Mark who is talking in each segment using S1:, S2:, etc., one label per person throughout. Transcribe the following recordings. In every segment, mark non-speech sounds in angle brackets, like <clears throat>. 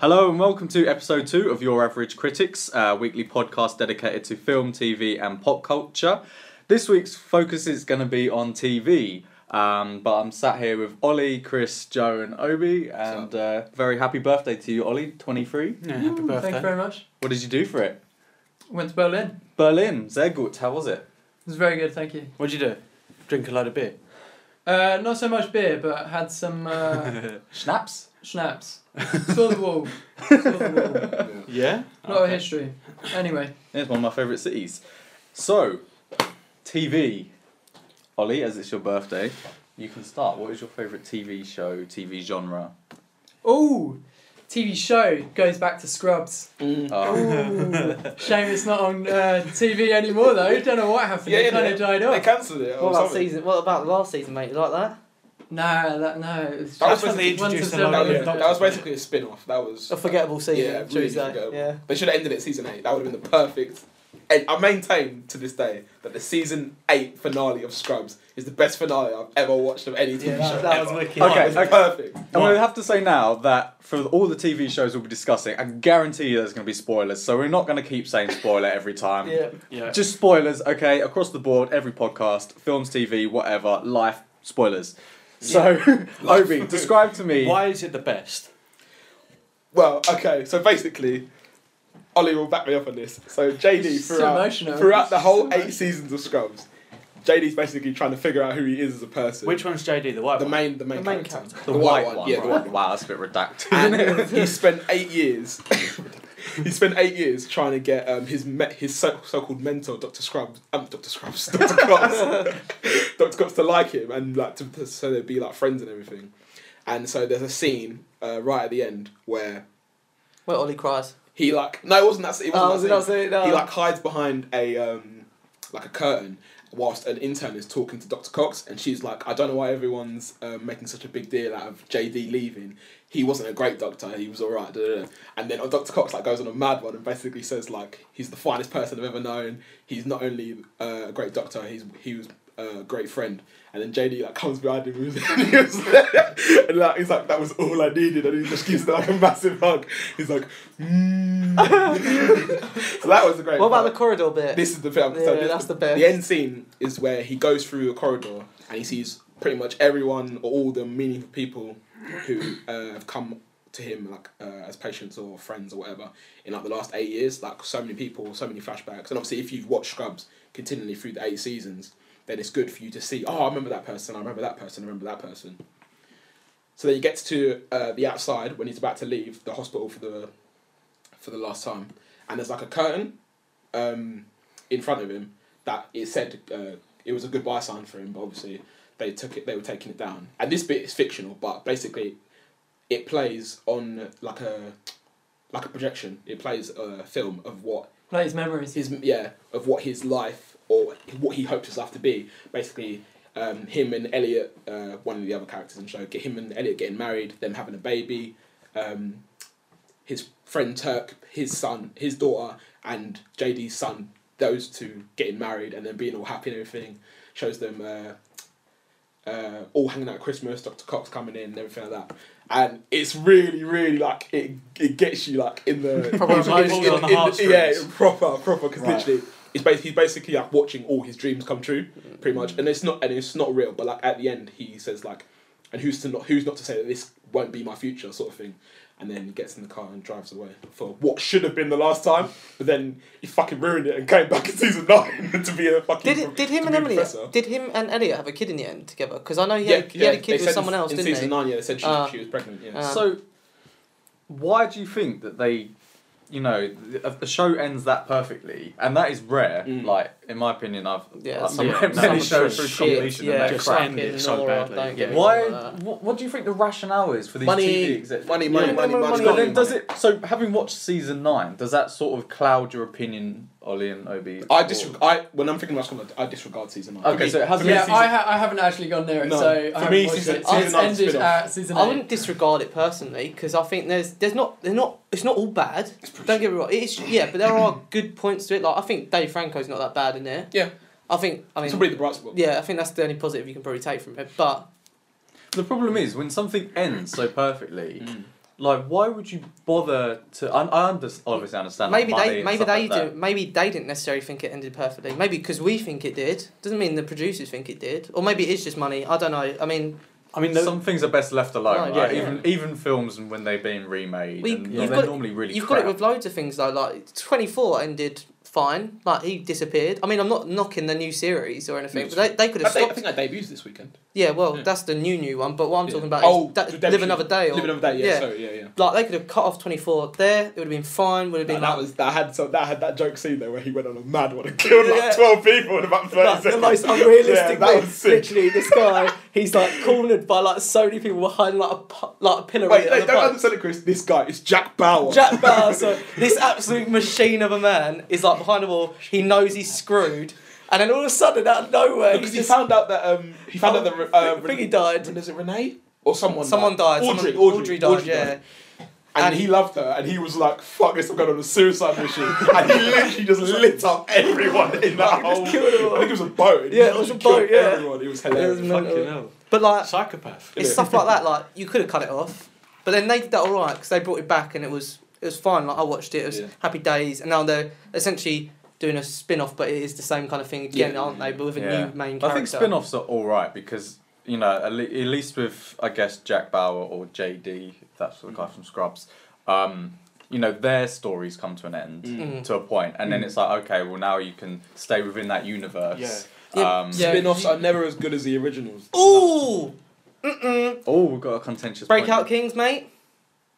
S1: Hello and welcome to episode two of Your Average Critics, a weekly podcast dedicated to film, TV, and pop culture. This week's focus is going to be on TV, um, but I'm sat here with Ollie, Chris, Joe, and Obi, and uh, very happy birthday to you, Ollie, 23.
S2: Yeah, happy
S3: Ooh,
S2: birthday.
S3: Mm, Thank you very much.
S1: What did you do for it?
S3: Went to Berlin.
S1: Berlin, sehr gut. How was it?
S3: It was very good, thank you.
S2: What'd you do? Drink a load of beer.
S3: Uh, not so much beer, but had some uh,
S2: <laughs>
S1: Schnapps.
S3: schnapps. Saw the wall. Saw
S2: <laughs>
S3: the wall.
S2: Yeah?
S3: A lot of history. Anyway,
S1: It's one of my favourite cities. So, TV. Ollie, as it's your birthday, you can start. What is your favourite TV show, TV genre?
S3: oh, TV show goes back to
S2: <laughs>
S3: Scrubs. Oh.
S1: Um,
S3: Ooh. Shame it's not on uh, TV anymore though. Don't know what happened.
S4: Yeah,
S3: it
S4: yeah,
S3: kind of died off.
S4: cancelled it.
S5: What about season? What about last season, mate? You like that?
S3: No, that no. It was
S4: That was
S3: just
S4: when they
S3: once- once
S2: introduced
S3: it's
S2: a lot
S3: done,
S2: of
S3: it
S2: yeah.
S3: was-
S4: that was basically a spin off. That was.
S5: A forgettable season.
S4: Yeah,
S5: shall we
S4: really
S5: say?
S4: forgettable.
S5: Yeah.
S4: They should have ended it season 8. That would have been the perfect. And I maintain to this day that the season 8 finale of Scrubs is the best finale I've ever watched of any TV
S5: Yeah,
S4: show.
S5: <laughs> that, that was
S4: ever.
S5: wicked.
S1: Okay.
S4: It was perfect.
S1: And we have to say now that for all the TV shows we'll be discussing, I guarantee you there's going to be spoilers. So we're not going to keep saying spoiler every time.
S5: Yeah.
S2: Yeah.
S1: Just spoilers, okay, across the board, every podcast, films, TV, whatever, life, spoilers. So, <laughs> Obi, describe to me.
S2: Why is it the best?
S4: Well, okay, so basically, Ollie will back me up on this. So JD
S3: It's so
S4: throughout,
S3: emotional.
S4: throughout the
S3: It's so
S4: whole
S3: emotional.
S4: eight seasons of Scrubs, JD's basically trying to figure out who he is as a person.
S2: Which one's JD? The white
S4: the
S2: one?
S4: main, the main,
S5: The main
S4: character.
S1: The, white, one.
S4: Yeah, the
S1: right.
S4: white one.
S1: Wow, that's a bit
S4: <laughs>
S1: redacted.
S4: and he spent eight years. <laughs> he spent eight years trying to get um, his me- his so- so-called mentor, Doctor Scrubs, um, Doctor Scrubs, <laughs> Doctor Cox, Doctor Cox to like him and like to, to- so they'd be like friends and everything. And so there's a scene uh, right at the end where
S5: Where Ollie cries.
S4: he like no, it wasn't that. It wasn't
S5: Oh,
S4: that
S5: was it
S4: scene.
S5: not saying that?
S4: He like hides behind a um, like a curtain whilst an intern is talking to Dr. Cox, and she's like, "I don't know why everyone's um, making such a big deal out of JD leaving. He wasn't a great doctor. He was all right." da, da, da." And then Dr. Cox like goes on a mad one and basically says like, "He's the finest person I've ever known. He's not only uh, a great doctor. He's he was." uh, A great friend, and then JD like comes behind him, and <laughs> he was and like he's like that was all I needed, and he just gives her, like a <laughs> massive hug. He's like, mm. <laughs> so that was a great.
S5: What about
S4: part.
S5: the corridor bit?
S4: This is the film.
S5: Yeah,
S4: this-
S5: that's the best.
S4: The end scene is where he goes through a corridor and he sees pretty much everyone or all the meaningful people who uh, have come to him like uh, as patients or friends or whatever in like the last eight years. Like so many people, so many flashbacks, and obviously if you've watched Scrubs continually through the eight seasons, then it's good for you to see. Oh, I remember that person. I remember that person. I remember that person. So then he gets to uh, the outside when he's about to leave the hospital for the for the last time, and there's like a curtain um, in front of him that it said uh, it was a goodbye sign for him, but obviously they took it. They were taking it down, and this bit is fictional, but basically, it plays on like a like a projection. It plays a film of what
S3: Plays memories.
S4: his yeah of what his life or what he hopes his life to be. Basically, um, him and Elliot, uh, one of the other characters in the show, get him and Elliot getting married, them having a baby, um, his friend Turk, his son, his daughter, and JD's son. Those two getting married and then being all happy and everything shows them uh, uh, all hanging out at Christmas. Doctor Cox coming in and everything like that. And it's really, really like it. It gets you like in the
S2: Proper
S4: in-
S2: emotions
S4: in-
S2: on the
S4: in- yeah,
S2: heartstrings.
S4: proper, proper. Because
S2: Right.
S4: literally, he's basically, he's basically like watching all his dreams come true, pretty much. And it's not, and it's not real. But like at the end, he says like, "And who's to not, who's not to say that this won't be my future?" Sort of thing. And then he gets in the car and drives away for what should have been the last time, but then he fucking ruined it and came back in season nine <laughs> to be a fucking.
S5: Did it, did
S4: to
S5: him and
S4: be a
S5: Emily?
S4: professor.
S5: Did him and Elliot have a kid in the end together? Because I know he had, he had a
S4: they
S5: kid
S4: said
S5: with someone
S4: in-
S5: else,
S4: in
S5: didn't
S4: season
S5: he?
S4: nine. Yeah, they said she,
S5: Uh,
S4: she was pregnant. Yeah.
S5: uh,
S1: so, why do you think that they, you know, th- if the show ends that perfectly, and that is rare.
S4: Mm.
S1: Like in my opinion, I've
S5: Yeah,
S1: I've <laughs>
S5: some-
S1: read
S2: yeah,
S1: many
S2: some
S1: shows through
S5: shit,
S1: completion
S5: yeah,
S1: and they're
S2: just
S1: crap.
S2: end it
S5: Fucking
S2: so
S5: Nora,
S2: badly.
S5: don't
S2: yeah.
S5: get me
S1: Why?
S5: wrong about that.
S1: What, what do you think the rationale is for these
S4: Money,
S1: TV executives?
S4: money, money,
S1: Yeah,
S4: money, money,
S1: But then
S4: money.
S1: does it? So having watched season nine, does that sort of cloud your opinion, Ollie and Obi?
S4: I
S1: Or-
S4: disregard. I when I'm thinking about Scotland, I disregard season nine.
S1: Okay,
S4: For me-
S1: so it has
S4: for me,
S3: Yeah,
S1: been
S4: season-
S3: I, ha- I haven't actually gone near it,
S4: No.
S3: so I
S4: For
S3: haven't
S4: me,
S3: watched
S4: season-
S3: it.
S4: season
S3: it's
S4: nine's
S3: ended
S4: spin-off.
S3: at season
S5: I
S3: eight.
S5: wouldn't disregard it personally because I think there's there's not there's not it's not all bad. Don't get me wrong. It's yeah, but there are <coughs> good points to it. Like I think Dave Franco's not that bad in there.
S4: Yeah.
S5: I think I
S4: it's
S5: mean
S4: probably the bright spot.
S5: yeah, I think that's the only positive you can probably take from it. But
S1: The problem is when something ends so perfectly, like why would you bother to? I, I under, obviously understand. like,
S5: Maybe
S1: money
S5: they
S1: and
S5: maybe
S1: stuff
S5: they
S1: like that.
S5: do maybe they didn't necessarily think it ended perfectly. Maybe because we think it did doesn't mean the producers think it did, or maybe it's just money. I don't know. I mean,
S2: I mean, the,
S1: Some things are best left alone.
S5: Right,
S1: right?
S2: yeah.
S1: Even even films and when they've been remade,
S5: Well, you-
S1: and
S5: you've
S1: they're
S5: got-
S1: normally really.
S5: you've
S1: crap.
S5: got it with loads of things though. Like Twenty Four ended fine. Like he disappeared. I mean, I'm not knocking the new series or anything, but they, they could
S4: I
S5: have
S4: think, I
S5: stopped.
S4: think that debuts this weekend.
S5: Yeah, well,
S4: Yeah.
S5: that's the new new one. But what I'm
S4: Hmm. Yeah.
S5: talking about
S4: Oh,
S5: is that, live
S4: Redemption.
S5: another day or
S4: Live another day. Yeah.
S5: yeah.
S4: Sorry. Yeah. Yeah.
S5: like they could have cut off Twenty Four there. It would have been fine. Would have been
S4: That, that
S5: like-
S4: was that had so that had that joke scene there where he went on a mad one
S5: <laughs>
S4: and killed
S5: Yeah.
S4: like twelve people in about
S5: <laughs>
S4: thirty
S5: Like, the
S4: seconds.
S5: most unrealistic
S4: <laughs> yeah,
S5: way.
S4: that was sick.
S5: Literally, this guy, he's like cornered by like so many people behind like a pu- like a pillar.
S4: Wait, no, don't understand it, Chris. This guy is Jack Bauer.
S5: Jack
S4: <laughs>
S5: Bauer, so this absolute machine of a man, is like behind a wall. He knows he's screwed, and then all of a sudden, out of nowhere,
S4: because
S5: he's
S4: he
S5: just,
S4: found out that um he found out that uh,
S5: I think he died.
S4: Ren- is it Renee or someone?
S5: Someone died.
S4: Audrey.
S5: someone,
S4: Audrey,
S5: died.
S4: Audrey
S5: yeah.
S4: And,
S5: And-
S4: he loved her, and he was like, "Fuck this! I'm going on a suicide mission." <laughs> and he literally just lit up everyone in that whole. I
S5: killed them all.
S4: think it was a boat. He
S5: Yeah, it was a
S4: literally
S5: boat,
S4: killed
S5: yeah.
S4: everyone. It was
S5: It
S4: hilarious.
S5: was mental.
S2: fucking hell.
S5: But like,
S2: Psychopath.
S5: it's stuff like that. Like you could have cut it off, but then they did that all right because they brought it back and it was it was fine. Like I watched it. It was
S4: Yeah.
S5: happy days, and now they're essentially doing a spin off, but it is the same kind of thing again,
S4: Yeah.
S5: aren't they? But with a
S1: Yeah.
S5: new main character.
S1: I think spin offs are alright because, you know, at, le- at least with, I guess, Jack Bauer or JD, if that's the
S5: Mm.
S1: guy from Scrubs, um, you know, their stories come to an end
S5: Mm.
S1: to a point, and then it's like, okay, well, now you can stay within that universe.
S5: Yeah.
S1: Um,
S5: Yeah.
S4: Spin-offs are never as good as the originals.
S5: Ooh, mm
S1: Oh, we've got a contentious
S5: Breakout
S1: point.
S5: Kings, mate.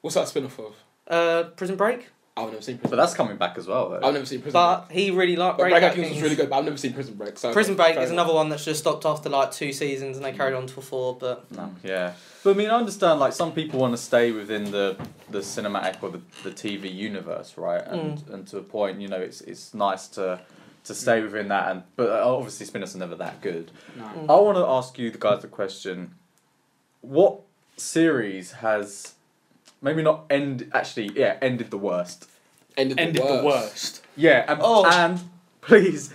S4: What's that spin-off of?
S5: Uh, Prison Break.
S4: I've never seen
S1: But
S4: Prison.
S1: that's coming back as well,
S5: Oh,
S1: though.
S4: I've never seen Prison. Break.
S5: But he really liked
S4: But
S5: Breakout,
S4: Breakout Kings
S5: Kings.
S4: was really good, but I've never seen Prison Break. So
S5: Prison Break
S4: fair
S5: is
S4: enough.
S5: another one that's just stopped after like two seasons and they carried on till four, but
S1: No, yeah. But I mean, I understand, like, some people want to stay within the, the cinematic or the, the TV universe, right? And, and to a point, you know, it's, it's nice to, to stay within that. And But uh, obviously, spin offs are never that good.
S4: No.
S1: I want to ask you, the guys, the question what series has maybe not end actually, yeah, ended the worst?
S4: Ended,
S2: Ended the worst.
S1: Yeah, and,
S5: Oh.
S1: and please,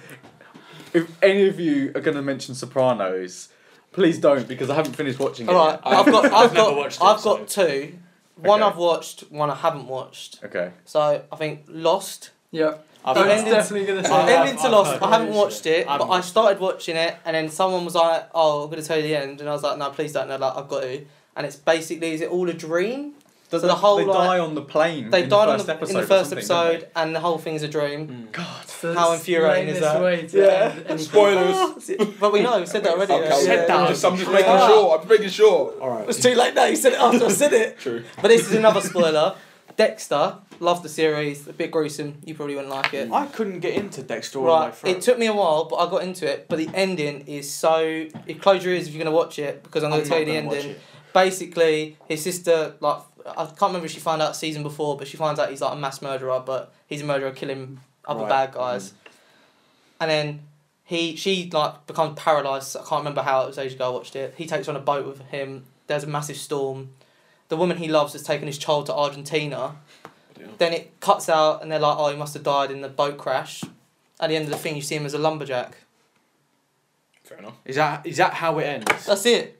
S1: if any of you are going to mention Sopranos, please don't because I haven't finished watching it.
S5: all right. I've
S4: <laughs>
S5: got
S2: I've
S5: I've
S2: never
S5: got
S2: watched it,
S5: I've
S2: so-
S5: got two. One
S1: Okay.
S5: I've watched, one I haven't watched.
S1: yet. Okay.
S5: So I think Lost.
S3: Yep.
S2: I've
S5: Don't
S3: That's
S5: end it.
S3: definitely going to
S2: I've-
S3: say.
S2: End
S5: Ending to
S2: I've
S5: Lost.
S2: heard
S5: I haven't
S2: it.
S5: watched it,
S2: I
S5: but
S2: haven't
S5: I
S2: watched
S5: started watching it, and then someone was like, "Oh, I'm gonna tell you the end," and I was like, "No, please don't." And they're like, "I've got to." And it's basically, is it all a dream?
S1: Does
S5: So the whole,
S1: they
S5: like-
S1: die on the plane?
S5: They
S1: Mm, in
S5: died
S1: the
S5: on
S1: first
S5: the,
S1: episode
S5: in the
S1: or
S5: first
S1: something, don't
S5: episode, and the whole thing's a dream.
S3: So
S5: How
S3: it's
S5: infuriating is
S3: lamest
S5: that?
S3: Way to
S5: Yeah.
S2: <laughs>
S3: end any-
S4: Spoilers.
S5: <laughs> but we know, we said that already.
S4: Okay,
S5: yeah.
S4: okay.
S2: Said that.
S4: I'm just, I'm just making
S5: Yeah.
S4: sure. I'm making sure.
S2: All
S5: It
S2: right.
S5: was too late now. You said it after I said it.
S4: True.
S5: But this is another spoiler. Dexter, loved the series, a bit gruesome. You probably wouldn't like it.
S2: I couldn't get into Dexter all the way
S5: Right,
S2: through.
S5: it took me a while, but I got into it. But the ending is so. You close your ears if you're gonna watch it because I'm gonna
S2: I'm
S5: tell
S2: not
S5: you the
S2: gonna watch
S5: ending.
S2: it.
S5: Basically, his sister like I can't remember if she found out season before, but she finds out he's like a mass murderer, but he's a murderer killing other
S2: Right. mm-hmm.
S5: bad guys. And then he she like becomes paralyzed. I can't remember how it was ages ago. I watched it. He takes her on a boat with him. There's a massive storm. The woman he loves has taken his child to Argentina.
S4: Yeah.
S5: Then it cuts out, and they're like, "Oh, he must have died in the boat crash." At the end of the thing, you see him as a lumberjack.
S4: Fair enough.
S2: Is that is that how it ends?
S5: That's it.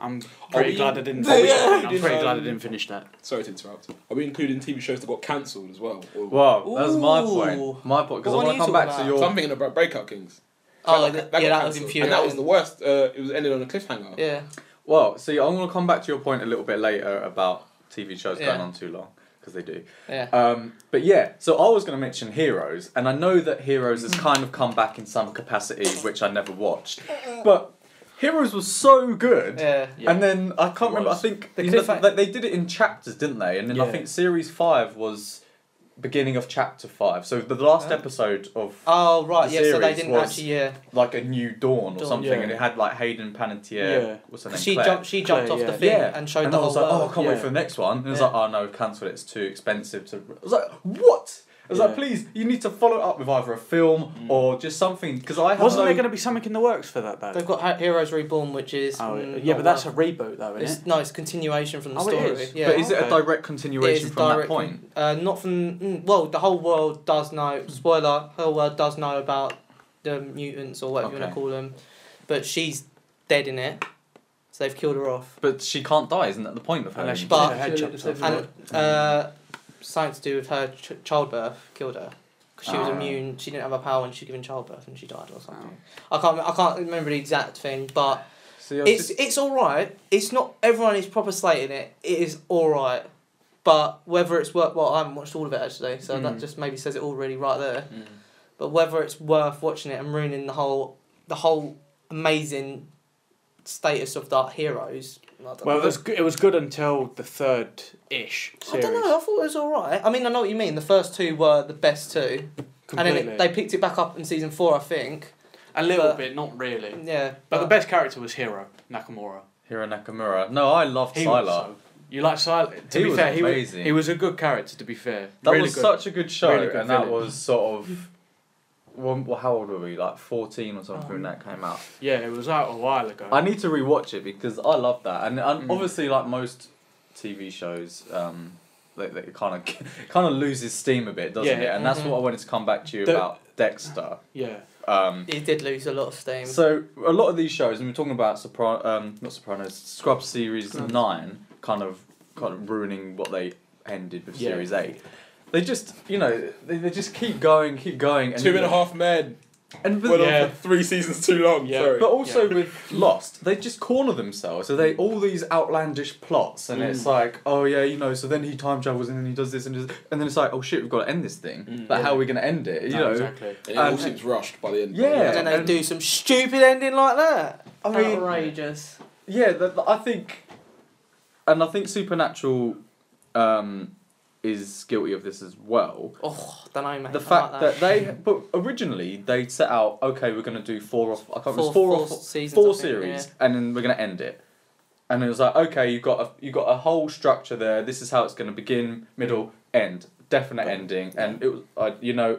S2: I'm pretty
S5: Oh,
S4: we-
S2: glad I didn't.
S4: Are we-
S2: Finish that.
S4: Yeah.
S2: I'm pretty glad I didn't finish that.
S4: Sorry to interrupt. Are we including TV shows that got cancelled as well?
S1: they?
S4: Or
S1: Wow, that was my
S5: Ooh.
S1: point. My point, because I
S5: What
S1: want
S5: are
S1: to
S5: you
S1: come back to
S5: talking
S1: your.
S4: So I'm thinking about Breakout Kings.
S5: Oh,
S4: That got-
S5: th-
S4: got
S5: yeah, that was
S4: cancelled.
S5: infuriating.
S4: And that was the worst. Uh, it was ended on a cliffhanger.
S5: Yeah.
S1: Well, see, I'm going to come back to your point a little bit later about TV shows
S5: Yeah.
S1: going on too long, because they do.
S5: Yeah.
S1: Um, but yeah, so I was going to mention Heroes, and I know that Heroes has kind of come back in some capacity, which I never watched. But Heroes was so good.
S5: Yeah.
S2: Yeah.
S1: And then I can't
S2: It
S1: remember. I
S2: was.
S1: think
S5: The
S1: you know,
S5: cliffhanger-
S1: they- they did it in chapters, didn't they? And then I
S2: Yeah.
S1: think series five was beginning of chapter five. So the last
S5: Oh.
S1: episode of
S5: Oh right,
S1: The
S5: yeah. So they
S1: series
S5: didn't
S1: was-
S5: actually. Yeah.
S1: like a new dawn or
S5: Dawn.
S1: something,
S2: Yeah.
S1: and it had like Hayden Panettiere.
S2: Yeah.
S1: What's her name?
S5: 'Cause she
S1: Claire.
S5: jumped. She jumped
S2: Claire,
S5: off the
S2: yeah.
S5: thing
S1: Yeah.
S5: and showed
S1: and
S5: the
S1: I
S5: whole
S1: was like, oh,
S5: world.
S1: I can't wait
S2: Yeah.
S1: for the next one. And it was
S5: Yeah.
S1: like, oh no, cancel it. It's too expensive to. I was like, what? I was like,
S2: Yeah. Mm.
S1: please, you need to follow it up with either a film or just something because I have
S2: Wasn't
S1: no-
S2: there going to be something in the works for that though?
S5: They've got Ha- Heroes Reborn, which is
S2: Oh,
S5: mm,
S2: yeah,
S5: not
S2: but that's a
S5: well.
S2: reboot though, isn't
S5: it's, no, it's a continuation from the
S2: Oh, it
S5: story.
S2: is?
S5: Yeah,
S1: But is it a
S2: Okay.
S1: direct
S5: It is
S1: continuation from
S5: direct-
S1: that point?
S5: Uh, not from mm, well, the whole world does know. Spoiler: the whole world does know about the mutants or whatever you want
S1: Okay.
S5: to call them, but she's dead in it. so they've killed her off.
S1: But she can't die, isn't that the point of her?
S2: Unless she
S5: But-
S2: gets her head chopped off.
S5: And uh, something to do with her ch- childbirth killed her. 'Cause She was
S2: Ah.
S5: immune. She didn't have a power when she was given childbirth, and she died or something. I can't. I can't remember the exact thing, but
S1: See, I
S5: it's
S1: see-
S5: it's all right. It's not everyone is proper slating it. It is all right, but whether it's worth well, I haven't watched all of it actually, so that
S2: Mm.
S5: just maybe says it all really right there. But whether it's worth watching it and ruining the whole the whole amazing status of that heroes. I don't
S2: well,
S5: know.
S2: it was, good, it was good until the third ish
S5: I
S2: series.
S5: don't know. I thought it was all right. I mean, I know what you mean. The first two were the best two,
S2: Completely.
S5: and then it, they picked it back up in season four, I think.
S2: a little
S5: but-
S2: bit, not really. But,
S5: Yeah,
S2: the best character was Hero Nakamura.
S1: Hiro Nakamura. No, I loved
S2: He
S1: Sylar.
S2: was so- you like Sylar? To
S1: He
S2: be
S1: was
S2: fair, he
S1: amazing.
S2: was he was a good character. To be fair,
S1: That
S2: really
S1: was
S2: good.
S1: such a good show,
S2: Really good
S1: and that
S2: villain.
S1: was sort of. Well, well, how old were we? Like fourteen or something when
S2: Um,
S1: that came out.
S2: Yeah, it was out a while ago.
S1: I need to rewatch it because I love that, and, and
S2: Mm.
S1: obviously, like most TV shows, um, they, they kind of <laughs> kind of loses steam a bit, doesn't
S2: Yeah. Mm-hmm.
S1: it? And that's
S5: Mhm.
S1: what I wanted to come back to you
S2: The-
S1: about Dexter.
S2: yeah,
S1: Um,
S5: he did lose a lot of steam.
S1: so a lot of these shows, and we're talking about Sopran- um, not Sopranos, Scrub Series Nine, kind of kind of ruining what they ended with
S2: Yeah.
S1: Series Eight. They just, you know, they, they just keep going, keep going, and
S4: Two and a half men
S1: And the-
S4: went
S2: Yeah.
S4: on for three seasons too long.
S2: Yeah. Mm.
S4: Sorry.
S1: But also with Lost, they just corner themselves. So they all these outlandish plots, and it's like, oh yeah, you know. So then he time travels, and then he does this, and does, and then it's like, oh shit, we've got to end this thing.
S4: Mm.
S1: But how
S2: Yeah.
S1: are we gonna end it? You
S2: no,
S1: know.
S3: Oh,
S2: exactly.
S4: and it all
S1: um,
S4: seems rushed by the end.
S1: Yeah.
S5: and then they
S1: and-
S5: do some stupid ending like that.
S1: I mean,
S5: Oh. Outrageous.
S1: yeah. The, the- I think, and I think Supernatural, um, is guilty of this as well.
S5: Oh, don't know, mate.
S1: The
S5: I
S1: fact
S5: like
S1: that. they, but originally they set out, okay, we're gonna do four or I can't remember
S5: Four-
S1: four or
S5: four
S1: four-
S5: seasons, I
S1: four
S5: think,
S1: series, and then we're gonna end it. And it was like, okay, you've got a you got a whole structure there. This is how it's gonna begin, middle, end, definite ending. And it was, I you know,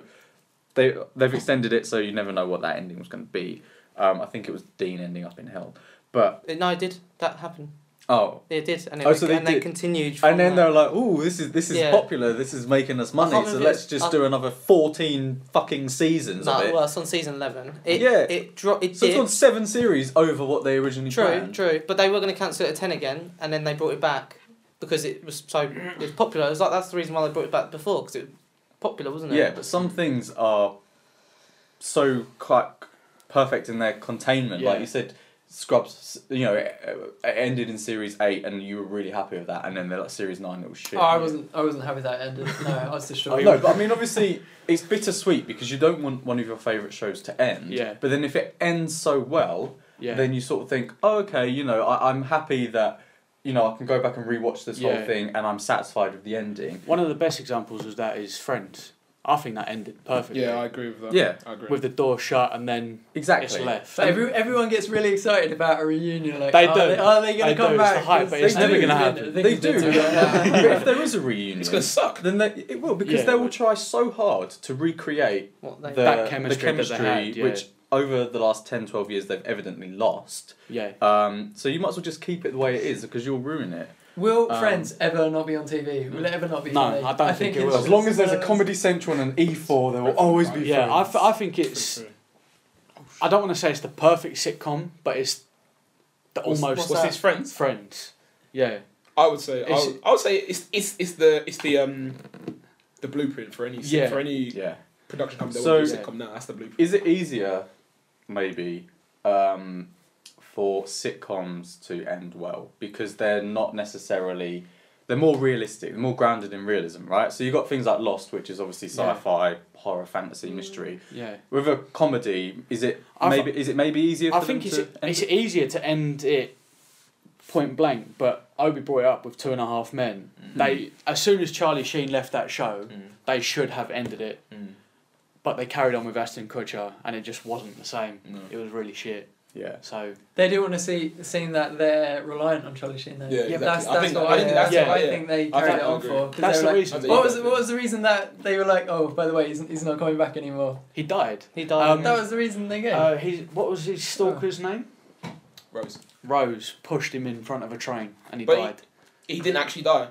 S1: they they've extended it, so you never know what that ending was gonna be. Um, I think it was Dean ending up in hell, but
S5: It- no, it did. That happened.
S1: oh.
S5: It did, and it
S1: Oh, so they
S5: and they
S1: did.
S5: continued. From
S1: And then
S5: that.
S1: they're like, "Oh, this is this is
S5: Yeah.
S1: popular. This is making us money.
S5: can't
S1: So
S5: remember if
S1: let's
S5: it-
S1: just
S5: I-
S1: do another fourteen fucking seasons
S5: no,
S1: of it."
S5: well, it's on season eleven. It,
S1: Yeah.
S5: it dropped. It
S1: So it's
S5: did.
S1: gone seven series over what they originally
S5: True,
S1: planned.
S5: true. But they were going to cancel it at 10 again, and then they brought it back because it was so it was popular. It was like that's the reason why they brought it back before because it was popular, wasn't it?
S1: Yeah, but some things are so quite perfect in their containment.
S2: Yeah.
S1: Like you said, Scrubs, you know, it, it ended in series eight, and you were really happy with that, and then they're like series nine, it was shit.
S3: Oh, I wasn't. I wasn't happy that ended. No, I was destroyed.
S1: No, but I mean, obviously, it's bittersweet because you don't want one of your favourite shows to end.
S2: Yeah.
S1: But then if it ends so well,
S2: Yeah,
S1: then you sort of think, oh, okay, you know, I, I'm happy that, you know, I can go back and rewatch this
S2: Yeah.
S1: whole thing, and I'm satisfied with the ending.
S2: one of the best examples of that is Friends. I think that ended perfectly.
S4: Yeah, I agree with that.
S1: Yeah.
S4: I agree.
S2: with the door shut and then
S1: Exactly.
S2: it's left.
S3: So every, everyone gets really excited about a reunion. Like,
S2: They
S3: are
S2: do.
S3: They, are they going
S2: They
S3: to come
S2: do, it's the
S3: back?
S2: hype, but it's
S1: never
S3: do.
S2: gonna
S3: I think
S2: happen.
S1: They
S3: it's been
S1: do.
S2: <laughs>
S3: so long.
S1: but if there is a reunion,
S4: it's gonna suck.
S1: then they, it will because
S2: Yeah.
S1: they will try so hard to recreate
S5: What
S1: the,
S5: they,
S2: That chemistry
S1: the
S2: that they
S1: chemistry
S2: had, yeah.
S1: which over the last 10 12 years they've evidently lost
S2: Yeah.
S1: um, so you might as well just keep it the way it is because you'll ruin it
S3: Will
S1: Um,
S3: Friends ever not be on TV? Will it ever not be?
S2: Uh, No,
S3: funny?
S2: I don't think it
S3: it's
S2: will.
S3: just-
S2: As
S3: uh,
S1: central and an e4 there
S4: will Oh, always be
S2: Yeah, I, th- I think it's. I don't want to say it's the perfect sitcom, but it's the
S4: What's-
S2: almost
S4: what's this, Friends?
S2: Friends. Yeah,
S4: I would say I
S2: It's-
S4: would, I would say it's it's it's the it's the um the blueprint for any
S2: Yeah.
S4: for any
S1: yeah
S4: production company
S1: So-
S4: that wants to do sitcom now. That's the blueprint.
S1: is it easier maybe um, for sitcoms to end well because they're not necessarily they're more realistic they're more grounded in realism right so you've got things like lost which is obviously
S2: Yeah.
S1: sci-fi horror fantasy mystery
S2: yeah.
S1: with a comedy is it
S2: I th-
S1: maybe is it maybe easier for
S2: I think
S1: them
S2: it's e-,
S1: to end
S2: it's
S1: it?
S2: easier to end it point blank, but Obi brought it up with Two and a Half Men.
S1: Mm.
S2: They as soon as Charlie Sheen left that show, they should have ended it,
S1: Mm.
S2: but they carried on with Aston Kutcher, and it just wasn't the same.
S4: No.
S2: It was really shit.
S1: yeah
S2: So
S3: They do want to see seeing that they're reliant on Charlie Sheen. Though.
S4: Yeah, exactly.
S3: That's,
S4: I
S3: that's
S4: think-
S3: what
S4: I
S3: I,
S4: think
S3: that's
S2: that's-
S3: what
S4: yeah.
S3: I think they
S4: I
S3: carried
S4: think
S3: it
S4: I
S3: on
S4: agree.
S3: for. 'cause
S2: that's
S3: they
S2: the
S3: were like,
S2: reason.
S3: What was what was the reason that they were like, oh, by the way, he's, he's not coming back anymore?
S2: He died.
S5: he died.
S2: um,
S5: in-
S3: That was the reason they gave.
S2: Uh, his, what was his stalker's name?
S4: Rose.
S2: Rose pushed him in front of a train and he
S4: But he-
S2: died.
S4: He didn't actually die.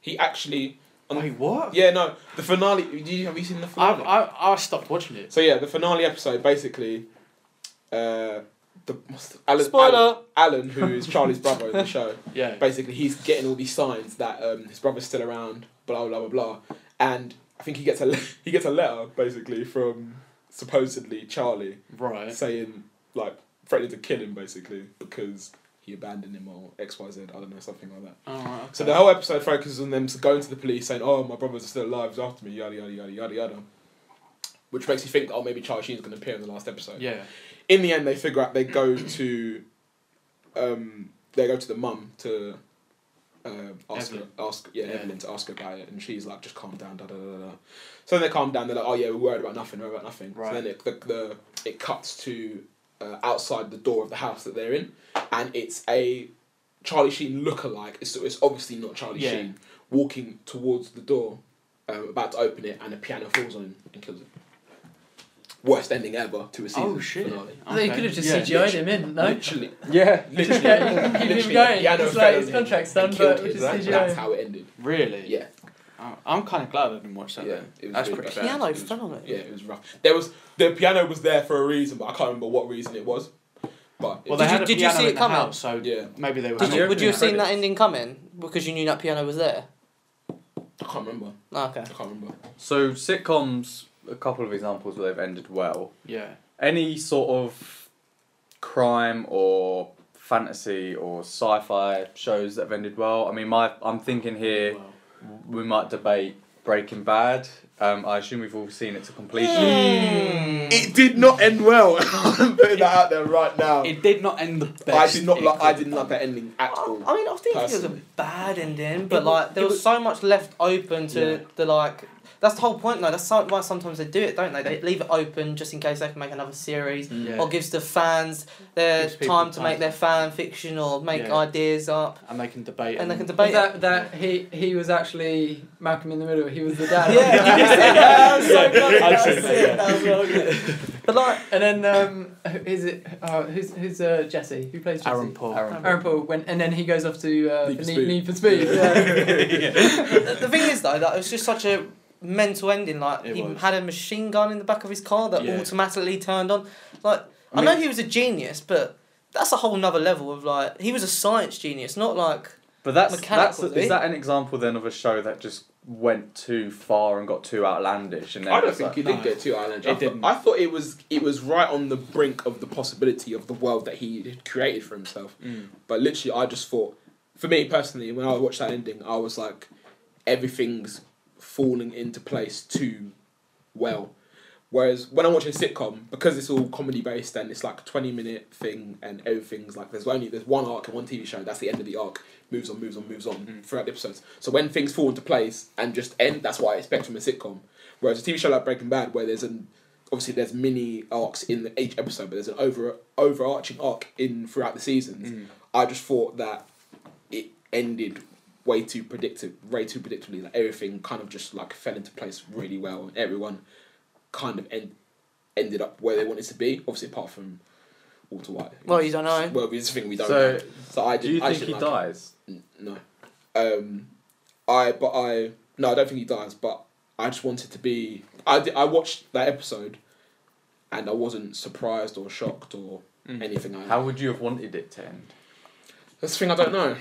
S4: He actually.
S2: Wait, what?
S4: Yeah, no. The finale. Did you, have you seen the
S2: I,
S4: finale?
S2: I, I stopped watching it.
S4: So yeah, the finale episode basically, uh, the what's the- Alan,
S5: Spoiler.
S4: Alan, Alan, who is Charlie's brother in the show,
S2: Yeah.
S4: basically he's getting all these signs that um, his brother's still around, blah blah blah blah, and I think he gets a le- <laughs> he gets a letter basically from supposedly Charlie
S2: Right.
S4: saying like threatening to kill him basically because he abandoned him or X Y Z I don't know something like that.
S2: All right. Oh, Okay.
S4: So the whole episode focuses on them going to the police saying, "Oh, my brother's still alive, he's after me, yada yada yada yada yada," which makes you think, "Oh, maybe Charlie Sheen's going to appear in the last episode."
S2: Yeah.
S4: In the end, they figure out they go to, um, they go to the mum to, uh, ask her,
S2: Evelyn.
S4: ask yeah,
S2: Yeah.
S4: Evelyn to ask her about it, and she's like, "Just calm down, da da da da." da." So then they calm down. They're like, "Oh yeah, we're worried about nothing, we're worried about nothing."
S2: Right.
S4: So then it the, the it cuts to uh, outside the door of the house that they're in, and it's a Charlie Sheen lookalike. It's it's obviously not Charlie
S2: Yeah.
S4: Sheen walking towards the door, um, about to open it, and a piano falls on him and kills him. Worst ending ever to a season
S2: Oh shit.
S4: finale.
S2: Okay.
S3: They could have just
S2: Yeah.
S3: CGI'd him in, no?
S4: Literally,
S2: <laughs>
S1: Yeah.
S4: literally,
S3: Yeah, keep him
S4: literally,
S3: going.
S4: the piano
S3: It's
S4: fell
S3: like
S4: on
S3: his
S4: him
S3: contract's
S4: and
S3: done,
S4: killed
S3: but
S4: him.
S3: we just
S4: That-
S3: CGI.
S4: That's how it ended.
S2: Really.
S4: Yeah,
S2: I- I'm kind of glad I didn't watch that.
S4: yeah,
S2: then.
S4: it was
S2: That's
S4: really
S2: pretty
S4: bad.
S2: bad.
S5: Piano
S4: It was-
S5: fell on it.
S4: Yeah, it was rough. There was the piano was there for a reason, but I can't remember what reason it was. But
S2: Well,
S5: Did
S2: they
S5: you-
S2: had a
S5: did you
S2: piano
S5: see
S2: in
S5: it
S2: the
S5: coming?
S2: house, so
S4: yeah,
S2: maybe they were.
S5: Did
S1: I
S5: you,
S1: know
S5: would you have
S1: it's in
S5: seen that
S4: credits.
S5: ending coming because you knew that piano was there?
S4: I can't remember.
S5: Oh, okay.
S4: I can't remember.
S1: So sitcoms, a couple of examples where they've ended well.
S2: Yeah.
S1: Any sort of crime or fantasy or sci-fi shows that have ended well. I mean, my I'm thinking here
S2: Well,
S1: we might debate Breaking Bad. Um, I assume we've all seen it to completion. Hmm.
S4: It did not end well. I'm putting that out there right now.
S2: It did not end the
S4: I
S2: best.
S4: did not
S2: it
S4: like. I
S2: could
S4: did
S2: have
S4: not like
S2: done.
S4: that ending at all.
S5: I mean, I think it was a
S4: personally.
S5: bad ending, but
S2: It wa-
S5: like there
S2: it
S5: was,
S2: was-
S5: so much left open to
S2: Yeah.
S5: the like. That's the whole point, though. That's so- why sometimes they do it, don't they? They leave it open just in case they can make another series,
S2: Yeah.
S5: or gives the fans their
S2: Gives people
S5: time to make
S2: time.
S5: their fan fiction or make
S2: Yeah.
S5: ideas up,
S2: And they can debate.
S5: and they can
S3: But
S5: debate. it.
S3: that that he he was actually Malcolm in the Middle. He was the dad.
S5: <laughs> Yeah, did you
S3: <laughs>
S5: see that? That
S2: <laughs>
S5: was so
S2: Yeah.
S5: good. That
S2: I've
S5: was
S2: seen that,
S5: it.
S2: yeah.
S5: That was well good. But like,
S3: And then um, who is it? Uh, who's who's uh, Jesse? Who plays Jesse?
S2: Aaron Paul.
S1: Aaron
S3: Aaron Paul. When and then he goes off to uh,
S4: Need for
S3: Need,
S4: Speed.
S3: Need for
S4: <laughs>
S3: Speed. Yeah.
S5: the, the thing is though that it was just such a mental ending. Like
S2: It
S5: he
S2: was.
S5: had a machine gun in the back of his car that
S2: Yeah.
S5: automatically turned on. Like I,
S1: I
S5: know he was a genius, but that's a whole nother level of like he was a science genius, not like
S1: But that's that's
S5: Mechanical, eh?
S1: is that an example then of a show that just went too far and got too outlandish and then
S4: I don't
S1: it's
S4: think
S1: like,
S4: he did
S2: no.
S4: get too outlandish.
S2: It
S4: I, thought-
S2: didn't.
S4: I thought it was it was right on the brink of the possibility of the world that he had created for himself.
S1: Mm.
S4: But literally, I just thought, for me personally, when I watched that ending, I was like, everything's falling into place too well. Whereas when I'm watching sitcom, because it's all comedy based and it's like a 20 minute thing and everything's like there's only there's one arc in one TV show, that's the end of the arc. Moves on, moves on, moves on throughout the episodes. So when things fall into place and just end, that's what I expect from a sitcom. Whereas a TV show like Breaking Bad, where there's an obviously there's mini arcs in the, each episode, but there's an over overarching arc in throughout the seasons.
S2: mm.
S4: I just thought that it ended way too predictive, way too predictably. Like everything kind of just like fell into place really well, and everyone kind of end, ended up where they wanted to be. Obviously, apart from Walter White.
S5: well you don't know.
S4: Well, it's the thing we don't
S1: So,
S4: know. So I
S1: do you
S4: didn't- I
S1: think he
S4: didn't like it.
S1: dies?
S4: N- No. Um, I but I no, I don't think he dies. But I just wanted to be. I di- I watched that episode, and I wasn't surprised or shocked or anything. Like
S1: Hmm. How
S4: that.
S1: would you have wanted it to end?
S4: That's the thing I don't know.
S5: The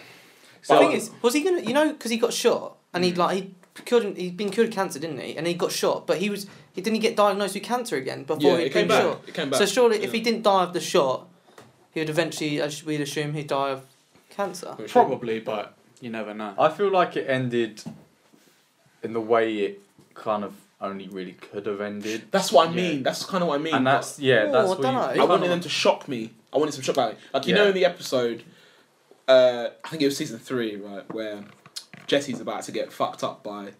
S4: Well-
S5: thing is, was he gonna? You know, because he got shot and
S4: Mm.
S5: he like he cured him. He'd been cured of cancer, didn't he? And he got shot, but he was he didn't get diagnosed with cancer again before
S4: yeah,
S5: he
S4: it
S5: became
S4: came back.
S5: shot.
S4: It came back.
S5: So surely, if
S4: Yeah.
S5: he didn't die of the shot, he would eventually, as we'd assume, he'd die of cancer.
S4: Which-
S2: Probably, but you never know.
S1: I feel like it ended in the way it kind of only really could have ended.
S4: That's what I
S2: Yeah.
S4: mean. That's kind of what I mean.
S1: And
S4: but
S1: that's yeah,
S5: Oh,
S1: that's
S5: I
S1: what
S5: dunno.
S1: you,
S4: I
S5: It
S4: wanted them to shock me. I wanted some shock value. Like you
S1: Yeah.
S4: know, in the episode, uh, I think it was season three, right, where Jesse's about to get fucked up by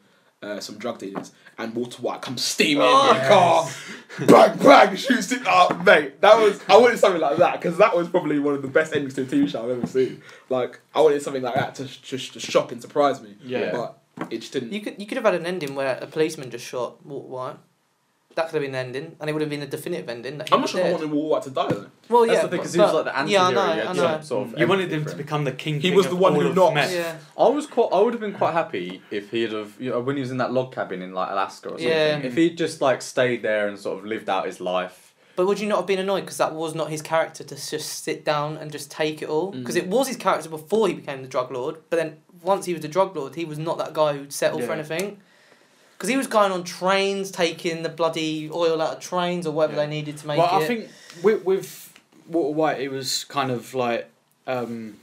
S4: uh, some drug dealers, and Walter White comes steaming in
S1: Oh,
S4: the car, <laughs> bang bang, shoots it up, mate. That was I wanted something like that because that was probably one of the best endings to a TV show I've ever seen. Like I wanted something like that to just to shock and surprise me.
S2: Yeah.
S4: but it just didn't.
S5: You could you could have had an ending where a policeman just shot Walter White. That could have been the ending, and it would have been a definitive ending. That he
S4: I'm not
S5: was
S4: sure if I
S5: dead.
S4: wanted Walter White to die though.
S5: Well,
S1: That's
S5: yeah,
S1: the thing because he
S5: but-
S1: was like the anti
S5: yeah, I know, I know.
S1: Sort of
S2: You wanted him
S1: everything.
S2: to become the king.
S4: was the one who knocked.
S5: Yeah,
S1: I was quite. I would have been quite happy if he'd have you know, when he was in that log cabin in like Alaska or something.
S5: Yeah.
S1: If he'd just like stayed there and sort of lived out his life.
S5: But would you not have been annoyed because that was not his character to just sit down and just take it all? Because
S4: Mm.
S5: it was his character before he became the drug lord. But then once he was the drug lord, he was not that guy who'd settle for
S2: Yeah.
S5: anything. Because he was going on trains, taking the bloody oil out of trains or whatever
S4: Yeah.
S5: they needed to make
S2: Well,
S5: it.
S2: I think with, with Walter White, it was kind of like um,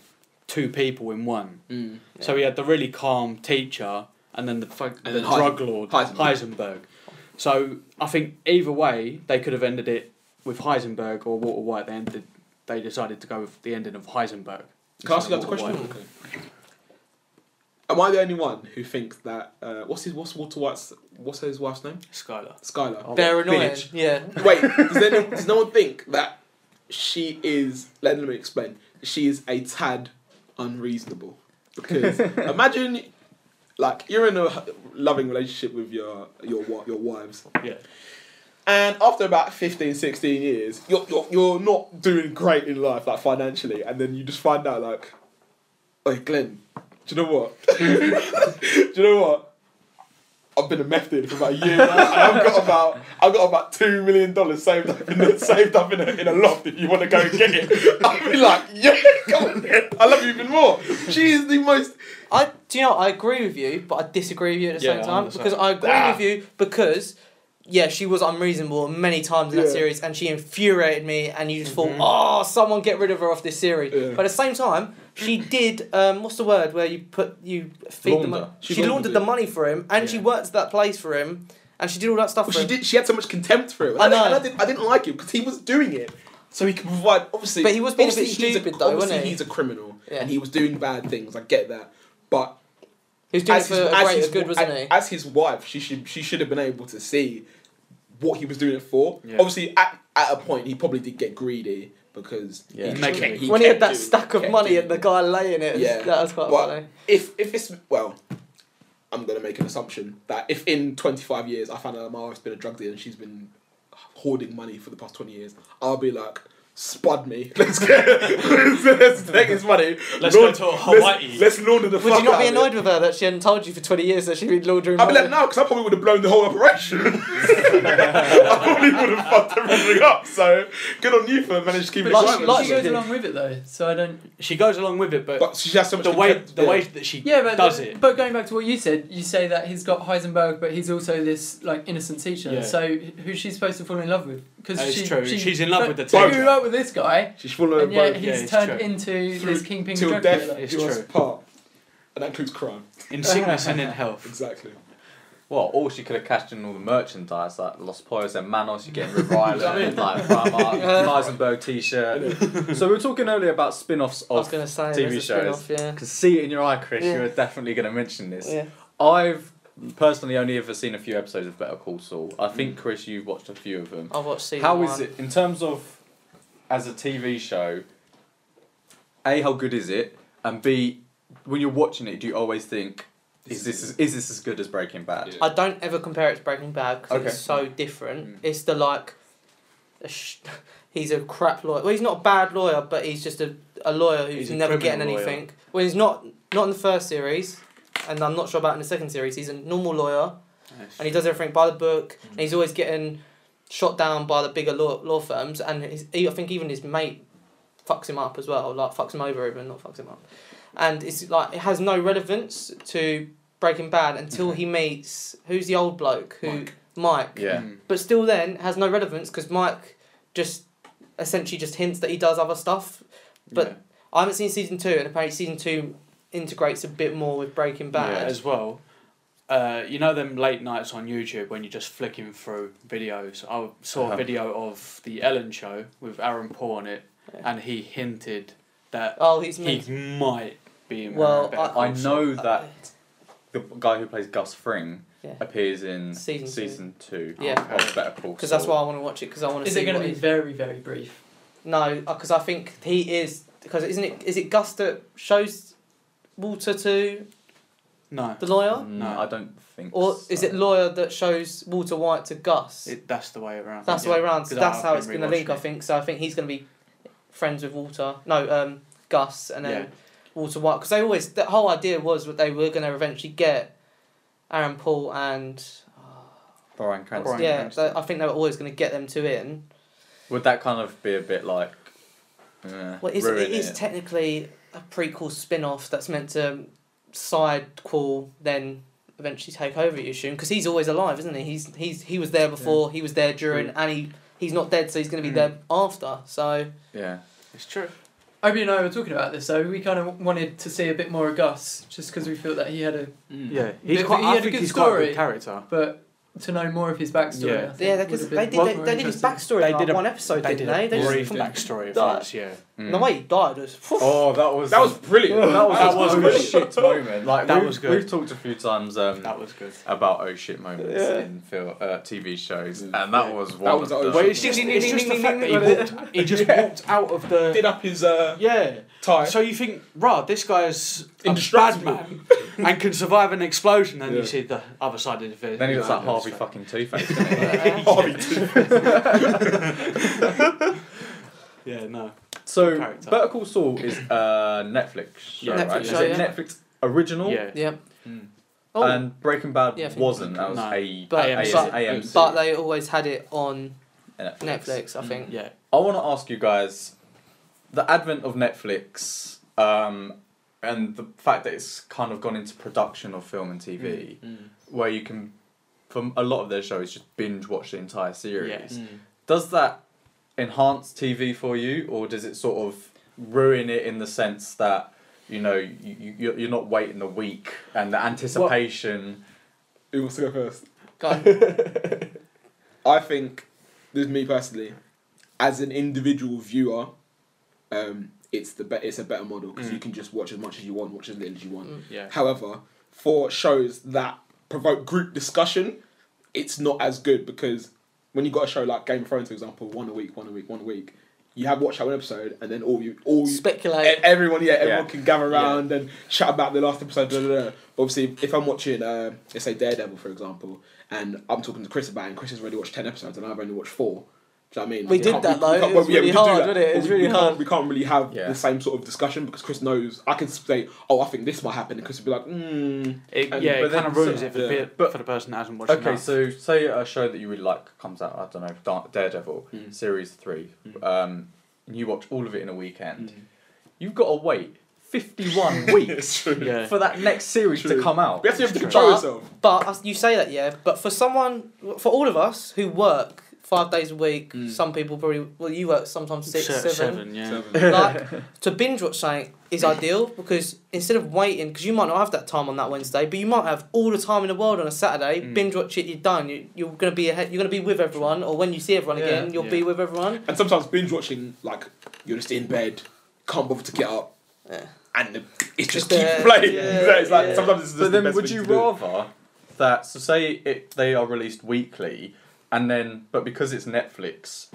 S2: two people in one.
S4: Mm.
S2: So he had the really calm teacher and then the, fuck,
S4: And
S2: the
S4: then Heisen-
S2: drug lord,
S4: Heisenberg.
S2: Heisenberg. So I think either way, they could have ended it with Heisenberg or Walter White. They, ended, they decided to go with the ending of Heisenberg.
S4: Can I ask you
S2: instead
S4: guys
S2: of
S4: a
S2: Walter
S4: question?
S2: White.
S4: Okay. Am I the only one who thinks that uh, what's his what's Walter White's what's his wife's name?
S2: Skylar.
S4: Skylar.
S2: Oh,
S5: They're annoying.
S4: Village.
S5: Yeah.
S4: Wait, does, there no, does no one think that she is? Let, let me explain. She is a tad unreasonable because imagine, like, you're in a loving relationship with your your wi- your wives,
S2: Yeah.
S4: and after about 15, 16 years, you're, you're, you're not doing great in life, like financially, and then you just find out, like, hey, Glenn, do you know what? <laughs> do you know what? I've been a meth dealer for about a year now, and I've got about I've got about two million dollars saved up in saved up in a, in a loft. If you want to go and get it, <laughs> I'd be like, yeah, come on, then. I love you even more. She is the most.
S5: I do you know I agree with you, but I disagree with you at the
S2: Yeah,
S5: same
S2: I'm
S5: time
S2: the same.
S5: because I agree
S4: Ah.
S5: with you because yeah, she was unreasonable many times in that
S4: Yeah.
S5: series, and she infuriated me. And you just
S2: Mhm.
S5: thought, oh, someone get rid of her off this series.
S4: Yeah.
S5: But at the same time, she did um, what's the word where you put you feed the
S4: Launder.
S5: money.
S4: She
S5: She,
S4: laundered
S5: laundered
S4: it.
S5: the money for him, and she
S2: Yeah.
S5: worked at that place for him, and she did all that stuff
S4: Well,
S5: for
S4: she
S5: him.
S4: did. She had so much contempt for him.
S5: I
S4: And I,
S5: know.
S4: and I, did, I didn't like him because he was doing it so he could provide. Obviously,
S5: But he was being a bit
S4: obviously he's
S5: stupid though,
S4: Obviously,
S5: wasn't he?
S4: he's a criminal
S5: Yeah.
S4: and he was doing bad things. I get that, but
S5: He was doing it
S4: as
S5: for
S4: his,
S5: a
S4: as
S5: greater
S4: his-
S5: good, wasn't
S4: as,
S5: he?
S4: as his wife, she should she should have been able to see what he was doing it for.
S2: Yeah.
S4: Obviously, at, at a point, he probably did get greedy because
S1: Yeah.
S4: he,
S2: Making
S4: kept-
S2: it.
S5: when he
S4: kept
S5: had that
S4: doing-
S5: stack of
S4: kept
S5: money
S4: doing
S5: and the guy laying it,
S4: Yeah.
S5: <laughs> that was quite
S4: Well,
S5: funny.
S4: if if it's well, I'm gonna make an assumption that if in 25 years I find out my wife's been a drug dealer and she's been hoarding money for the past 20 years, I'll be like, spud me, <laughs> let's go, let's, let's take his money,
S2: Let's go
S4: laun-
S2: to Hawaii.
S4: let's, let's launder the
S5: Would
S4: fuck
S5: you not
S4: out
S5: be
S4: of it.
S5: annoyed with her that she hadn't told you for twenty years that she'd been laundering?
S4: I'd be
S5: money?
S4: like, no, because I probably would have blown the whole operation. <laughs> I probably would have fucked everything up. So good on you for managing to keep it
S5: Like-
S4: private.
S5: like
S3: she
S5: you
S3: goes
S5: did.
S3: along with it though, so I don't.
S2: She goes along with it, but,
S4: but she has so much
S2: the way
S4: contempt-
S2: the
S4: yeah.
S2: way that she
S3: Yeah, but
S2: does
S3: the-
S2: it.
S3: But going back to what you said, you say that he's got Heisenberg, but he's also this like innocent teacher.
S2: Yeah.
S3: So who's she supposed to fall in love with? Because
S2: That is true. She's in love with the
S4: teacher.
S3: Grew up with this guy,
S4: she's full of
S3: and yet
S4: both.
S2: yeah,
S3: he's
S2: it's
S3: turned
S2: true.
S3: into
S4: Through
S3: this kingpin
S4: till
S3: drug
S4: death
S3: dealer.
S2: It's
S4: do us
S2: true.
S4: part, and that includes crime.
S2: In sickness and in
S4: <laughs>
S2: health.
S4: Exactly.
S1: Well, or she could have cashed in all the merchandise, like Los Pollos and Manos, you get River <laughs>
S4: I mean-
S1: Island, like <laughs> Primark, Heisenberg t <laughs> shirt. so we were talking earlier about spin offs
S5: I was
S1: of.
S5: gonna say
S1: TV
S5: there's a
S1: shows.
S5: spin-off, yeah.
S1: I can see it in your eye, Chris.
S5: Yeah.
S1: You were definitely going to mention this.
S5: Yeah.
S1: I've personally only ever seen a few episodes of Better Call Saul. I think, Chris, you've watched a few of them.
S5: Mm. I've watched season
S1: How
S5: one.
S1: is it in terms of as a TV show? A, how good is it? And B, when you're watching it, do you always think, is this as, is this as good as Breaking Bad?
S4: Yeah.
S5: I don't ever compare it to Breaking Bad because
S1: Okay. Mm.
S5: it's so different. It's the like, a sh- <laughs> he's a crap lawyer. Well, he's not a bad lawyer, but he's just a, a lawyer who's
S2: He's a
S5: never getting
S2: criminal lawyer.
S5: anything. Well, he's not not in the first series, and I'm not sure about in the second series. He's a normal lawyer,
S1: Oh,
S5: and he does everything by the book, and he's always getting shot down by the bigger law, law firms, and his, he, I think even his mate fucks him up as well, like fucks him over even, not fucks him up. And it's like, it has no relevance to Breaking Bad until he meets, who's the old bloke? who Mike.
S1: Yeah.
S2: Mm.
S5: But still then, it has no relevance because Mike just, essentially just hints that he does other stuff. But
S2: Yeah.
S5: I haven't seen season two, and apparently season two integrates a bit more with Breaking
S2: Yeah,
S5: Bad.
S2: as well. Uh, you know them late nights on YouTube when you're just flicking through videos. I saw
S1: Uh-huh.
S2: a video of the Ellen show with Aaron Paul on it, and he hinted that
S5: Oh, he's
S2: he
S5: meant-
S2: might be. in
S5: Well,
S2: Better
S5: I-
S2: Call
S1: I know
S5: uh,
S1: that the guy who plays Gus Fring
S5: Yeah.
S1: appears in
S5: Season
S1: season,
S5: two.
S1: two,
S5: Yeah.
S1: of Better Call Saul.
S5: Because that's why I want to watch it. Because I want to
S3: Is
S5: see.
S3: it going
S5: what
S3: to be
S5: he-
S3: very very brief?
S5: No, because I think he is. Because isn't it? Is it Gus that shows Walter to
S2: No,
S5: the
S2: Mm-hmm.
S5: lawyer,
S1: No, I don't think.
S5: or is
S1: so.
S5: it lawyer that shows Walter White to Gus?
S2: it, that's the way around.
S5: that's the
S2: yeah.
S5: way around. So
S2: 'Cause
S5: that's
S2: I've
S5: how
S2: been
S5: it's going to link.
S2: rewatching
S5: I
S2: it.
S5: think so. I think he's going to be friends with Walter. No, um, Gus, and then
S2: Yeah.
S5: Walter White. Because they always the whole idea was that they were going to eventually get Aaron Paul and
S1: Brian Cranston?
S2: Bryan
S5: yeah.
S2: Cranston.
S5: they- I think they were always going to get them two in.
S1: Would that kind of be a bit like? eh,
S5: Well, it is,
S1: ruin
S5: it is technically a prequel spin off that's meant to side Quall then eventually take over, you assume? Because he's always alive, isn't he? He's, he's He was there before, he was there during, and he, he's not dead, so he's going to be there after. So,
S1: yeah.
S2: It's true.
S3: Obi and I were talking about this, so we kind of wanted to see a bit more of Gus, just because we felt that he had a.
S2: Yeah,
S3: But-
S2: he's
S3: but
S2: quite.
S3: he
S2: I
S3: had a
S2: think
S3: good
S2: he's quite a
S3: story.
S2: good character.
S3: But to know more of his backstory,
S2: Yeah.
S3: I think
S5: yeah,
S3: would
S5: because
S3: have been
S5: they did,
S3: much
S5: they,
S3: more
S5: they did his
S3: interesting.
S5: backstory
S2: They
S5: in like
S2: did a-
S5: one episode,
S2: They
S5: didn't
S2: did
S5: they?
S2: a
S5: They just
S2: brief
S5: come back.
S2: backstory of
S5: That-
S2: us. Yeah,
S1: Mm.
S5: The way he died was. whew.
S1: Oh, that was
S4: That was
S1: <laughs>
S4: brilliant.
S2: <laughs>
S1: that was
S2: That was
S1: a
S2: good.
S1: shit moment. Like
S2: That
S1: we've,
S2: was good.
S1: We've talked a few times um,
S2: that was good.
S1: about oh shit moments
S5: Yeah.
S1: in film, uh, TV shows,
S4: Yeah.
S1: and that was one.
S4: That was
S1: of
S4: oh
S1: the-
S4: shit.
S2: It's just, it's just the fact that he walked. He just walked out of the.
S5: <laughs>
S4: Did up his uh,
S2: Yeah.
S4: tie.
S2: So uh, you think, rah, this guy's a bad
S4: Indestructible.
S2: man and can survive an explosion, and
S4: Yeah.
S2: you see the other side of the fence.
S1: Then he looks like Harvey fucking Two Face.
S5: <laughs>
S1: Yeah.
S4: Harvey too.
S2: Yeah, no.
S1: <laughs> so,
S2: Character.
S1: Better Call Saul is uh, Netflix. Show,
S2: Yeah.
S1: right?
S5: Netflix
S1: Is
S5: show,
S1: it
S5: yeah.
S1: Netflix original?
S2: Yeah.
S5: Yeah.
S1: Mm.
S5: Oh,
S1: And Breaking Bad
S5: Yeah, I think-
S1: wasn't. That was
S2: No.
S1: a
S5: But-
S1: AMC.
S5: but-
S1: AMC.
S5: but they always had it on
S1: Netflix.
S5: Netflix, I think.
S2: Yeah.
S1: I want to ask you guys the advent of Netflix um, and the fact that it's kind of gone into production of film and TV, where you can, from a lot of their shows, just binge watch the entire series.
S2: Yeah.
S1: Does that enhance TV for you, or does it sort of ruin it in the sense that? You know, you, you, you're- you're not waiting a week, and the anticipation.
S4: Who wants to go first?
S5: Go.
S4: <laughs> I think, this is me personally, as an individual viewer, um, it's the be- it's a better model because you can just watch as much as you want, watch as little as you want.
S2: Yeah.
S4: However, for shows that provoke group discussion, it's not as good because when you got a show like Game of Thrones, for example, one a week, one a week, one a week, you have watched that one episode, and then all you all you,
S5: Speculate.
S4: E- everyone, yeah, everyone
S1: Yeah.
S4: can gather around and chat about the last episode. Blah, blah, blah. But obviously, if I'm watching, uh, let's say Daredevil, for example, and I'm talking to Chris about it, and Chris has already watched 10 episodes and I've only watched four. Do you know what I mean?
S5: We
S4: Like,
S5: did
S4: can't-
S5: that, though.
S4: can't-
S5: It was
S4: yeah,
S5: really
S4: did do
S5: hard,
S4: that.
S5: wasn't it? It
S4: But
S5: was
S4: we-
S5: really
S4: we can't-
S5: hard.
S4: We can't really have
S1: Yeah.
S4: the same sort of discussion because Chris knows. I can say, "Oh, I think this might happen," and Chris would be like, "Hmm."
S2: It,
S1: And- but
S2: yeah, it kind
S1: then-
S2: of ruins it for,
S4: yeah.
S2: the, pe-
S1: But-
S2: for the person that hasn't watched
S1: Okay,
S2: enough.
S1: so say a show that you really like comes out. I don't know, Dar- Daredevil
S2: Hmm.
S1: series three. Um, and you watch all of it in a weekend.
S2: Hmm.
S4: <laughs>
S1: You've got to wait
S2: <laughs>
S1: fifty-one weeks
S4: <laughs>
S2: Yeah.
S1: for that next series to
S4: True.
S1: come out.
S4: We have to be able to control
S5: But-
S4: ourselves.
S5: But us- you say that, yeah. But for someone, for all of us who work five days a week,
S2: Mm.
S5: some people probably well, you work sometimes six,
S2: Se-
S5: seven.
S2: yeah. <laughs>
S5: Like to binge watch something is ideal because instead of waiting, because you might not have that time on that Wednesday, but you might have all the time in the world on a Saturday.
S2: Mm.
S5: Binge watch it, you're done. You, you're gonna be ahead, you're gonna be with everyone, or when you see everyone
S1: Yeah.
S5: again, you'll
S2: Yeah.
S5: be with everyone.
S4: And sometimes binge watching, like you're just in bed, can't bother to get up,
S5: Yeah.
S4: and the, it just
S5: Just
S4: keeps
S5: there,
S4: playing. <laughs>
S5: yeah,
S4: it's like
S5: yeah.
S4: sometimes it's just
S1: But
S4: the
S1: then,
S4: best
S1: would
S4: thing
S1: you
S4: to do.
S1: rather that? So say it, they are released weekly, and then but because it's Netflix,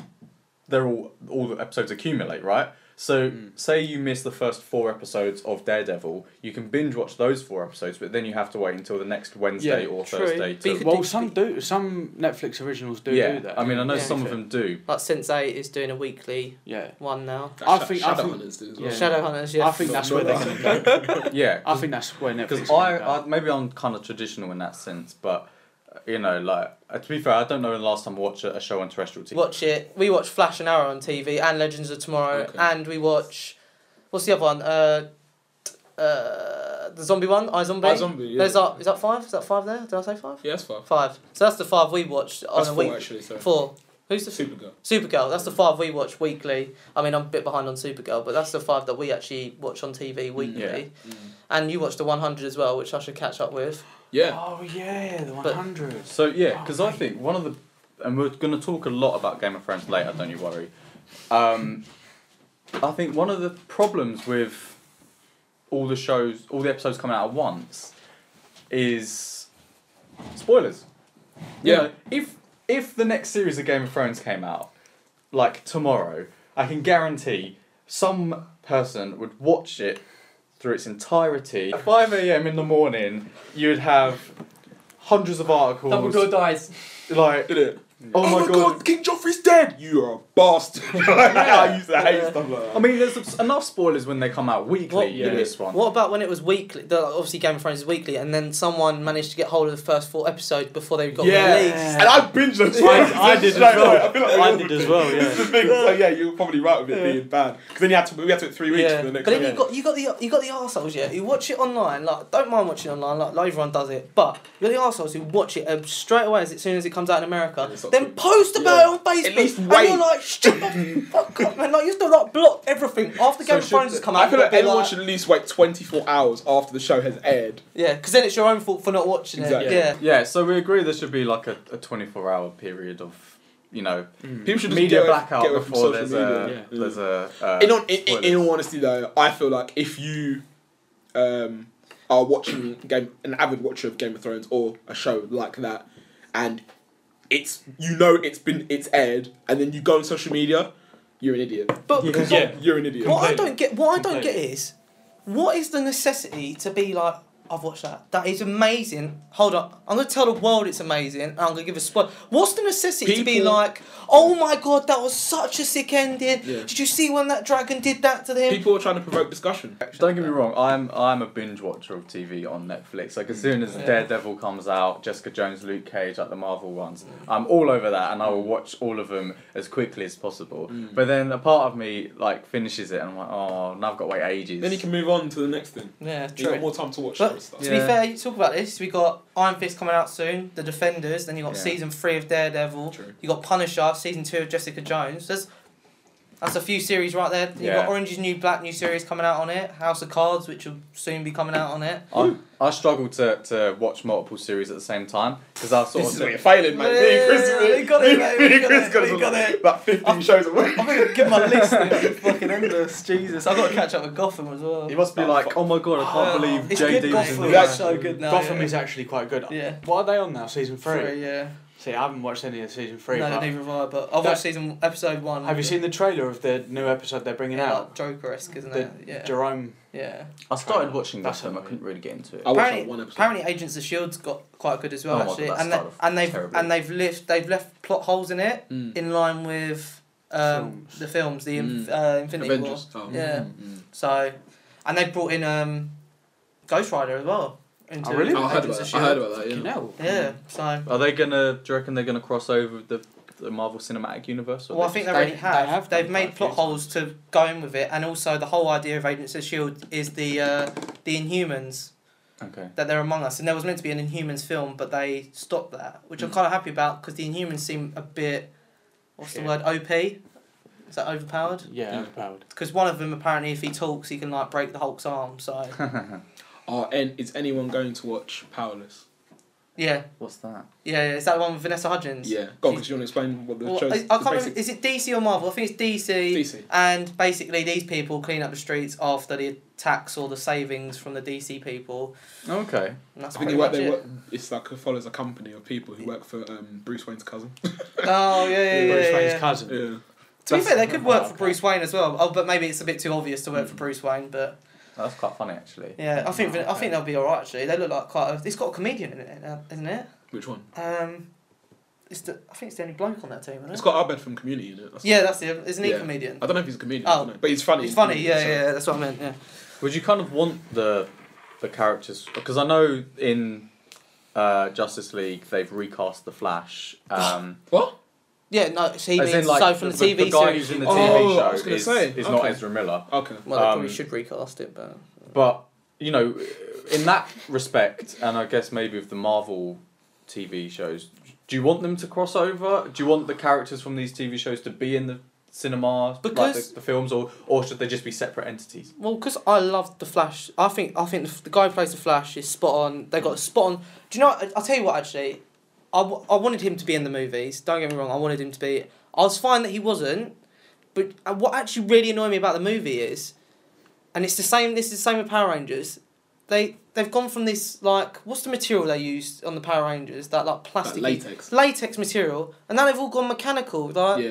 S1: they're all all the episodes accumulate, right? So
S5: Hmm.
S1: say you miss the first four episodes of Daredevil, you can binge watch those four episodes, but then you have to wait until the next Wednesday
S2: Yeah,
S1: or
S5: true.
S1: Thursday
S5: But
S1: to
S5: you could
S2: Well,
S5: do-
S2: some do. Some Netflix originals do
S1: yeah,
S2: do that.
S1: I mean, I know
S5: Yeah.
S1: some of them do.
S5: Like Sense Eight is doing a weekly
S2: Yeah.
S5: one now.
S2: I think- I think-
S4: Shadowhunters do as
S2: yeah.
S4: well.
S5: Shadowhunters, yeah.
S2: I think that's where they're going to go.
S5: <laughs>
S1: Yeah,
S2: I think that's where Netflix.
S1: because
S2: is gonna
S1: I,
S2: go.
S1: I maybe I'm kind of traditional in that sense, but uh, you know, like uh, to be fair, I don't know when the last time I watched a, a show on terrestrial TV.
S5: Watch it. We watch Flash and Arrow on TV and Legends of Tomorrow,
S4: Okay.
S5: and we watch what's the other one? Uh, uh, the zombie one, I Zombie.
S4: I Zombie, yeah.
S5: There's that. Is that five? Is that five there? Did I say five?
S4: Yeah, that's five.
S5: Five. So that's the five we watched on
S4: That's
S5: a
S4: four
S5: week.
S4: actually. So
S5: Four. Who's the
S4: Supergirl.
S5: Supergirl? That's the five we watch weekly. I mean, I'm a bit behind on Supergirl, but that's the five that we actually watch on
S4: Mm,
S5: TV weekly. And you watched the 100 as well, which I should catch up with.
S4: Yeah.
S2: Oh yeah, the one
S5: But-
S2: hundred.
S1: So yeah, because I think one of the, and we're going to talk a lot about Game of Thrones later. Don't you worry. Um, I think one of the problems with all the shows, all the episodes coming out at once, is spoilers. You
S4: Yeah.
S1: know, if if the next series of Game of Thrones came out like tomorrow, I can guarantee some person would watch it through its entirety. At five a.m. in the morning, you'd have hundreds of articles
S3: Dumbledore dies.
S1: like
S4: Did it? Oh, my god. King Joffrey's dead! You are a bastard. <laughs> I used to hate
S5: Yeah.
S4: stuff like that.
S1: I mean, there's obs- enough spoilers when they come out weekly
S5: What-
S1: in
S2: yeah.
S1: this one.
S5: What about when it was weekly? The, obviously, Game of Thrones is weekly, and then someone managed to get hold of the first four episodes before they got
S4: Yeah.
S5: released.
S4: And I binged them. too.
S2: I did as
S4: Straight away. <laughs>
S2: well.
S4: I, feel like we
S2: I
S4: all
S2: did
S4: did.
S2: as well,
S4: This is <laughs> the thing. So yeah, you're probably right with it
S5: Yeah.
S4: being bad. Because then you had to we had to wait three weeks for the next
S5: but then
S4: one.
S5: you got you got the you got the arseholes, yeah. You watch it online, like don't mind watching it online, like, like everyone does it. But you got the arseholes who watch it um, straight away as, as soon as it comes out in America,
S4: And it's not
S5: then
S4: good.
S5: post about
S4: Yeah.
S5: it on Facebook,
S4: At least
S5: and
S4: wait.
S5: you're like, shut
S4: <laughs>
S5: the fuck up, man! Like you still like block everything after Game of
S4: should-
S5: Thrones has come out.
S4: I feel
S5: you've
S4: like
S5: got to be
S4: everyone should at least wait 24 hours after the show has aired.
S5: yeah, because then it's your own fault for not watching
S4: Exactly.
S5: it. Yeah,
S1: Yeah, so we agree there should be like a, a 24 hour period of, you know,
S4: People should just
S1: media
S4: get away-
S1: blackout
S4: Mm. get away from
S1: before
S4: social
S1: there's
S4: media.
S1: a, there's a. Uh,
S4: in, on, in, in,
S1: spoilers.
S4: in all honesty, though, I feel like if you um, are watching game, an avid watcher of Game of Thrones or a show like that, and it's you know it's been it's aired, and then you go on social media, you're an idiot.
S5: but because
S2: Yeah.
S4: You're an idiot.
S5: What I
S2: Completely.
S5: don't get, what I don't get
S2: Completely.
S5: is, what is the necessity to be like? I've watched that. That is amazing. Hold up, I'm gonna tell the world it's amazing, and I'm gonna give a spoiler. What's the necessity to be
S4: People-
S5: like? Oh my god, that was such a sick ending.
S4: Yeah.
S5: Did you see when that dragon did that to him?
S4: People are trying to provoke discussion.
S1: Don't get me wrong, I'm I'm a binge watcher of TV on Netflix. Like as
S4: Mm.
S1: soon as
S5: Yeah.
S1: Daredevil comes out, Jessica Jones, Luke Cage, like the Marvel ones, I'm all over that, and I
S4: Mm.
S1: will watch all of them as quickly as possible. But then a part of me like finishes it, and I'm like, oh, now I've got to wait ages.
S4: Then you can move on to the next thing.
S5: Yeah,
S4: You
S5: true.
S4: got more time to watch
S5: But
S4: other stuff.
S5: to
S1: Yeah.
S5: be fair, you talk about this. We got Iron Fist coming out soon, The Defenders. Then you got
S1: Yeah.
S5: season three of Daredevil.
S4: True.
S5: You got Punisher, season two of Jessica Jones. There's that's a few series right there. You
S1: Yeah.
S5: got Orange is the New Black, new series coming out on it. House of Cards, which will soon be coming out on it.
S1: I, I struggle to, to watch multiple series at the same time because I sort
S4: This is
S1: of
S4: where you're failing, mate. Me and Chris,
S5: Yeah, we got it, mate.
S4: me, me
S5: We
S4: and
S5: got
S4: Chris
S5: it.
S4: got
S5: We got
S4: about-
S5: it.
S4: about 15 shows a week.
S5: I'm gonna get my list. It's <laughs> fucking endless. Jesus, I got to catch up with Gotham as well.
S1: it must be like, oh my god, I
S5: Oh,
S1: can't believe
S5: it's
S1: J
S5: good,
S1: D's in
S5: Gotham.
S1: this.
S4: Yeah.
S5: It's so good now.
S2: Gotham
S5: yeah.
S2: is actually quite good.
S5: Yeah.
S2: What are they on now? Season three.
S5: Three, yeah.
S2: See, I haven't watched any of season three.
S5: no,
S2: but
S5: neither have I. But I've
S2: That-
S5: watched season episode one.
S2: have you seen the trailer of the new episode they're bringing
S5: yeah,
S2: out?
S5: like Joker-esque, isn't
S2: The
S5: it? Yeah.
S2: Jerome.
S5: yeah.
S1: I started watching
S2: That's
S1: Gotham, I
S2: annoying.
S1: couldn't really get into it.
S4: I watched
S5: Apparently-
S4: like one episode.
S5: Apparently, Agents of Shield's got quite good as well,
S1: Oh my God,
S5: actually,
S1: that
S5: and they,
S1: started
S5: and they've
S1: terribly.
S5: and they've left they've left plot holes in it
S4: Mm.
S5: in line with um,
S2: Films.
S5: the films, the inf-
S4: Mm.
S5: uh, Infinity
S4: Avengers.
S5: War.
S4: Oh.
S5: Yeah.
S1: Mm.
S5: So, and they brought in um, Ghost Rider as well. Into
S2: Oh, really?
S4: Oh, I heard
S5: Agents of
S4: about that. I heard
S5: S.H.I.E.L.D..
S4: about that.
S2: You
S4: Yeah.
S2: know.
S5: E Yeah. So,
S1: Are they gonna? Do you reckon they're gonna cross over with the, the Marvel Cinematic Universe? or
S5: well, I
S1: they
S5: think they
S1: just-
S5: already
S2: they
S5: have.
S2: have
S5: They've
S2: done quite
S5: made
S2: a
S5: plot
S2: few
S5: holes to go in with it, and also the whole idea of Agents of Shield E is the uh, the Inhumans. <laughs>
S1: Okay.
S5: that they're among us and there was meant to be an inhumans film but they stopped that which i'm kind of happy about because the inhumans seem a bit what's
S2: Shit.
S5: the word op is that overpowered
S2: Yeah,
S4: Yeah.
S2: overpowered.
S5: because one of them apparently if he talks he can like break the hulk's arm so
S4: Oh, and is anyone going to watch Powerless?
S5: yeah
S1: What's that?
S5: yeah, yeah. is that one with vanessa hudgens
S4: Yeah. Go on, because you want to explain what the
S5: well,
S4: show's
S5: I, I can't
S4: the
S5: remember. Is it DC or Marvel? I think it's DC.
S4: DC.
S5: And basically, these people clean up the streets after the attacks or the savings from the DC people,
S1: Okay.
S5: and that's
S4: I think
S5: pretty
S4: they work,
S5: much
S4: they
S5: it.
S4: work, it's like it follows a company of people who work for um, Bruce Wayne's cousin.
S5: Oh yeah,
S4: <laughs>
S5: yeah, yeah.
S2: Bruce
S5: yeah,
S2: Wayne's
S5: yeah.
S2: cousin.
S4: yeah.
S5: To be
S1: That's-
S5: fair, they could work for
S2: Okay.
S5: Bruce Wayne as well. Oh, but maybe it's a bit too obvious to work for Bruce Wayne. But
S1: That's quite funny actually.
S5: yeah, I think I think they'll be alright actually. They look like quite. A, it's got a comedian in it, now, isn't it?
S4: Which one?
S5: Um, it's the I think it's the only bloke on that team, isn't
S4: It's
S5: it?
S4: got Abed from Community in it. That's
S5: yeah, that's the isn't he a
S4: Yeah.
S5: comedian?
S4: I don't know if he's a comedian,
S5: Oh.
S4: I don't know. but he's funny.
S5: He's funny. Yeah,
S4: so-
S5: yeah, yeah, that's what I meant. Yeah.
S1: Would you kind of want the the characters? Because I know in uh, Justice League they've recast the Flash. Um,
S4: What?
S5: Yeah, no, so he
S1: as
S5: means
S1: in like
S5: so from the, TV
S1: the guy
S5: series.
S1: who's in the
S4: Oh,
S1: TV
S4: I
S1: show
S4: was gonna
S1: is,
S4: say.
S1: is not
S4: Okay.
S1: Ezra Miller.
S4: Okay.
S5: well, they
S1: um,
S5: probably should recast it, but
S1: But you know, in that respect, and I guess maybe with the Marvel TV shows, do you want them to cross over? Do you want the characters from these TV shows to be in the cinema, like
S5: Because-
S1: the, the films, or or should they just be separate entities?
S5: Well, because I love the Flash. I think I think the, the guy who plays the Flash is spot on. They got spot on. Do you know? I, I'll tell you what. Actually, I, w- I wanted him to be in the movies. Don't get me wrong. I wanted him to be. I was fine that he wasn't. But uh, what actually really annoyed me about the movie is, and it's the same. This is the same with Power Rangers. They they've gone from this like what's the material they used on the Power Rangers that like
S4: That
S5: plastic
S4: latex.
S5: latex material, and now they've all gone mechanical. Like
S4: Yeah.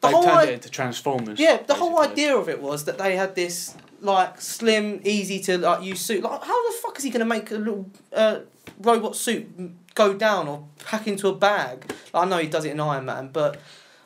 S5: the
S2: They've
S5: whole
S2: turned
S5: i-
S2: it into Transformers.
S5: yeah, the whole
S2: basically.
S5: idea of it was that they had this like slim, easy to like use suit. Like, how the fuck is he gonna make a little uh, robot suit m- go down or pack into a bag. I know he does it in Iron Man, but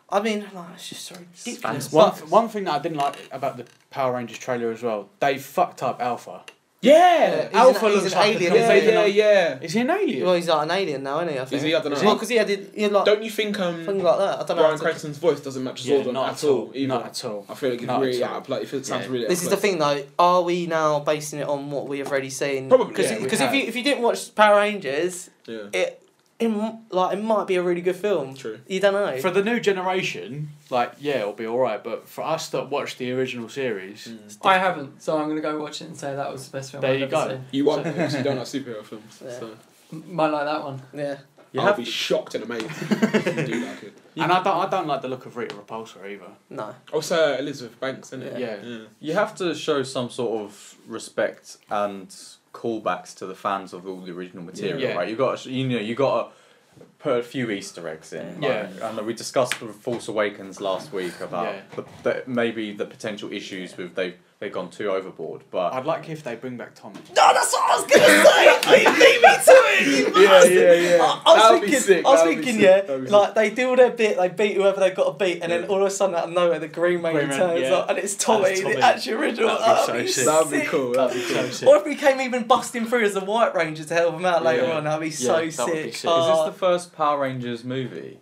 S5: I mean, like, it's just so ridiculous.
S1: fantastic.
S2: One,
S5: But-
S2: one thing that I didn't like about the Power Rangers trailer as well, they fucked up Alpha.
S5: Yeah,
S4: Yeah.
S5: he's
S2: Alpha
S5: an, he's
S2: looks
S5: an
S2: like a
S5: alien.
S2: complete-
S5: isn't
S4: Yeah,
S5: he?
S4: yeah, yeah.
S2: Is he an alien?
S5: Well, he's like an alien now, isn't he? I think.
S4: Is he? I don't
S5: Well,
S4: know.
S5: 'cause because he had, it- he had like
S4: Don't you think um
S5: things like that. I don't know.
S4: Brian Cranston's voice doesn't match
S2: yeah,
S4: Zordon
S2: not
S4: at all? Either.
S2: Not at all.
S4: I feel like it's
S2: Not
S4: really
S2: at all.
S4: out of place. It feels- sounds
S2: Yeah.
S4: really. out
S5: This is
S4: of
S5: the
S4: place.
S5: thing though. Are we now basing it on what we have already seen?
S4: Probably,
S5: Because
S4: yeah, we
S5: if
S4: have.
S5: you if you didn't watch Power Rangers,
S4: Yeah.
S5: it, it m- like it might be a really good film.
S4: True.
S5: You don't know.
S2: For the new generation, like, yeah, it'll be alright, but for us that watched the original series,
S3: I haven't, so I'm gonna go watch it and say that was the best film
S2: There
S3: I've
S2: you
S3: ever
S2: go.
S3: seen.
S4: You
S2: <laughs>
S4: won't because you don't like superhero films.
S5: Yeah.
S4: So
S3: M- Might like that one.
S5: yeah.
S2: you
S4: I'll
S2: have
S4: be
S2: to-
S4: shocked and amazed. if
S2: <laughs>
S4: you do like it.
S5: Mm.
S2: and I don't, I don't like the look of Rita Repulsa either.
S5: No.
S4: Also Oh, Elizabeth Banks, isn't it?
S2: Yeah.
S4: yeah.
S1: You have to show some sort of respect and callbacks to the fans of all the original material,
S2: Yeah.
S1: right? You got you know you got to put a few Easter eggs in. like, I know we discussed the Force Awakens last week about
S2: Yeah.
S1: the, the, maybe the potential issues with they they've gone too overboard, but
S2: I'd like if they bring back Tommy.
S5: No, that's what I was gonna say. Leave- Leave me to it. you
S4: Yeah,
S5: bastard.
S4: yeah, yeah.
S5: I, I was
S4: That'd be
S5: thinking,
S4: sick,
S5: I was
S4: that'd be
S5: thinking,
S4: sick,
S5: yeah,
S4: that'd be
S5: like they do their bit, they beat whoever they got to beat, and then
S4: Yeah.
S5: all of a sudden out of nowhere, the Green Man
S2: Green Man,
S5: turns
S2: yeah.
S5: up, and it's Tommy,
S2: Tommy.
S5: the actual original.
S2: That'd be
S5: Oh,
S2: so
S5: he's
S2: sick.
S4: That'd be
S5: sick.
S4: cool.
S5: <laughs>
S4: That'd be cool.
S2: So sick.
S5: Or if we came even busting through as the White Ranger to help him out later
S2: Yeah.
S5: on, that'd be
S2: Yeah,
S5: so
S2: that would
S5: sick.
S2: be sick.
S1: is
S5: Uh,
S1: this the first Power Rangers movie?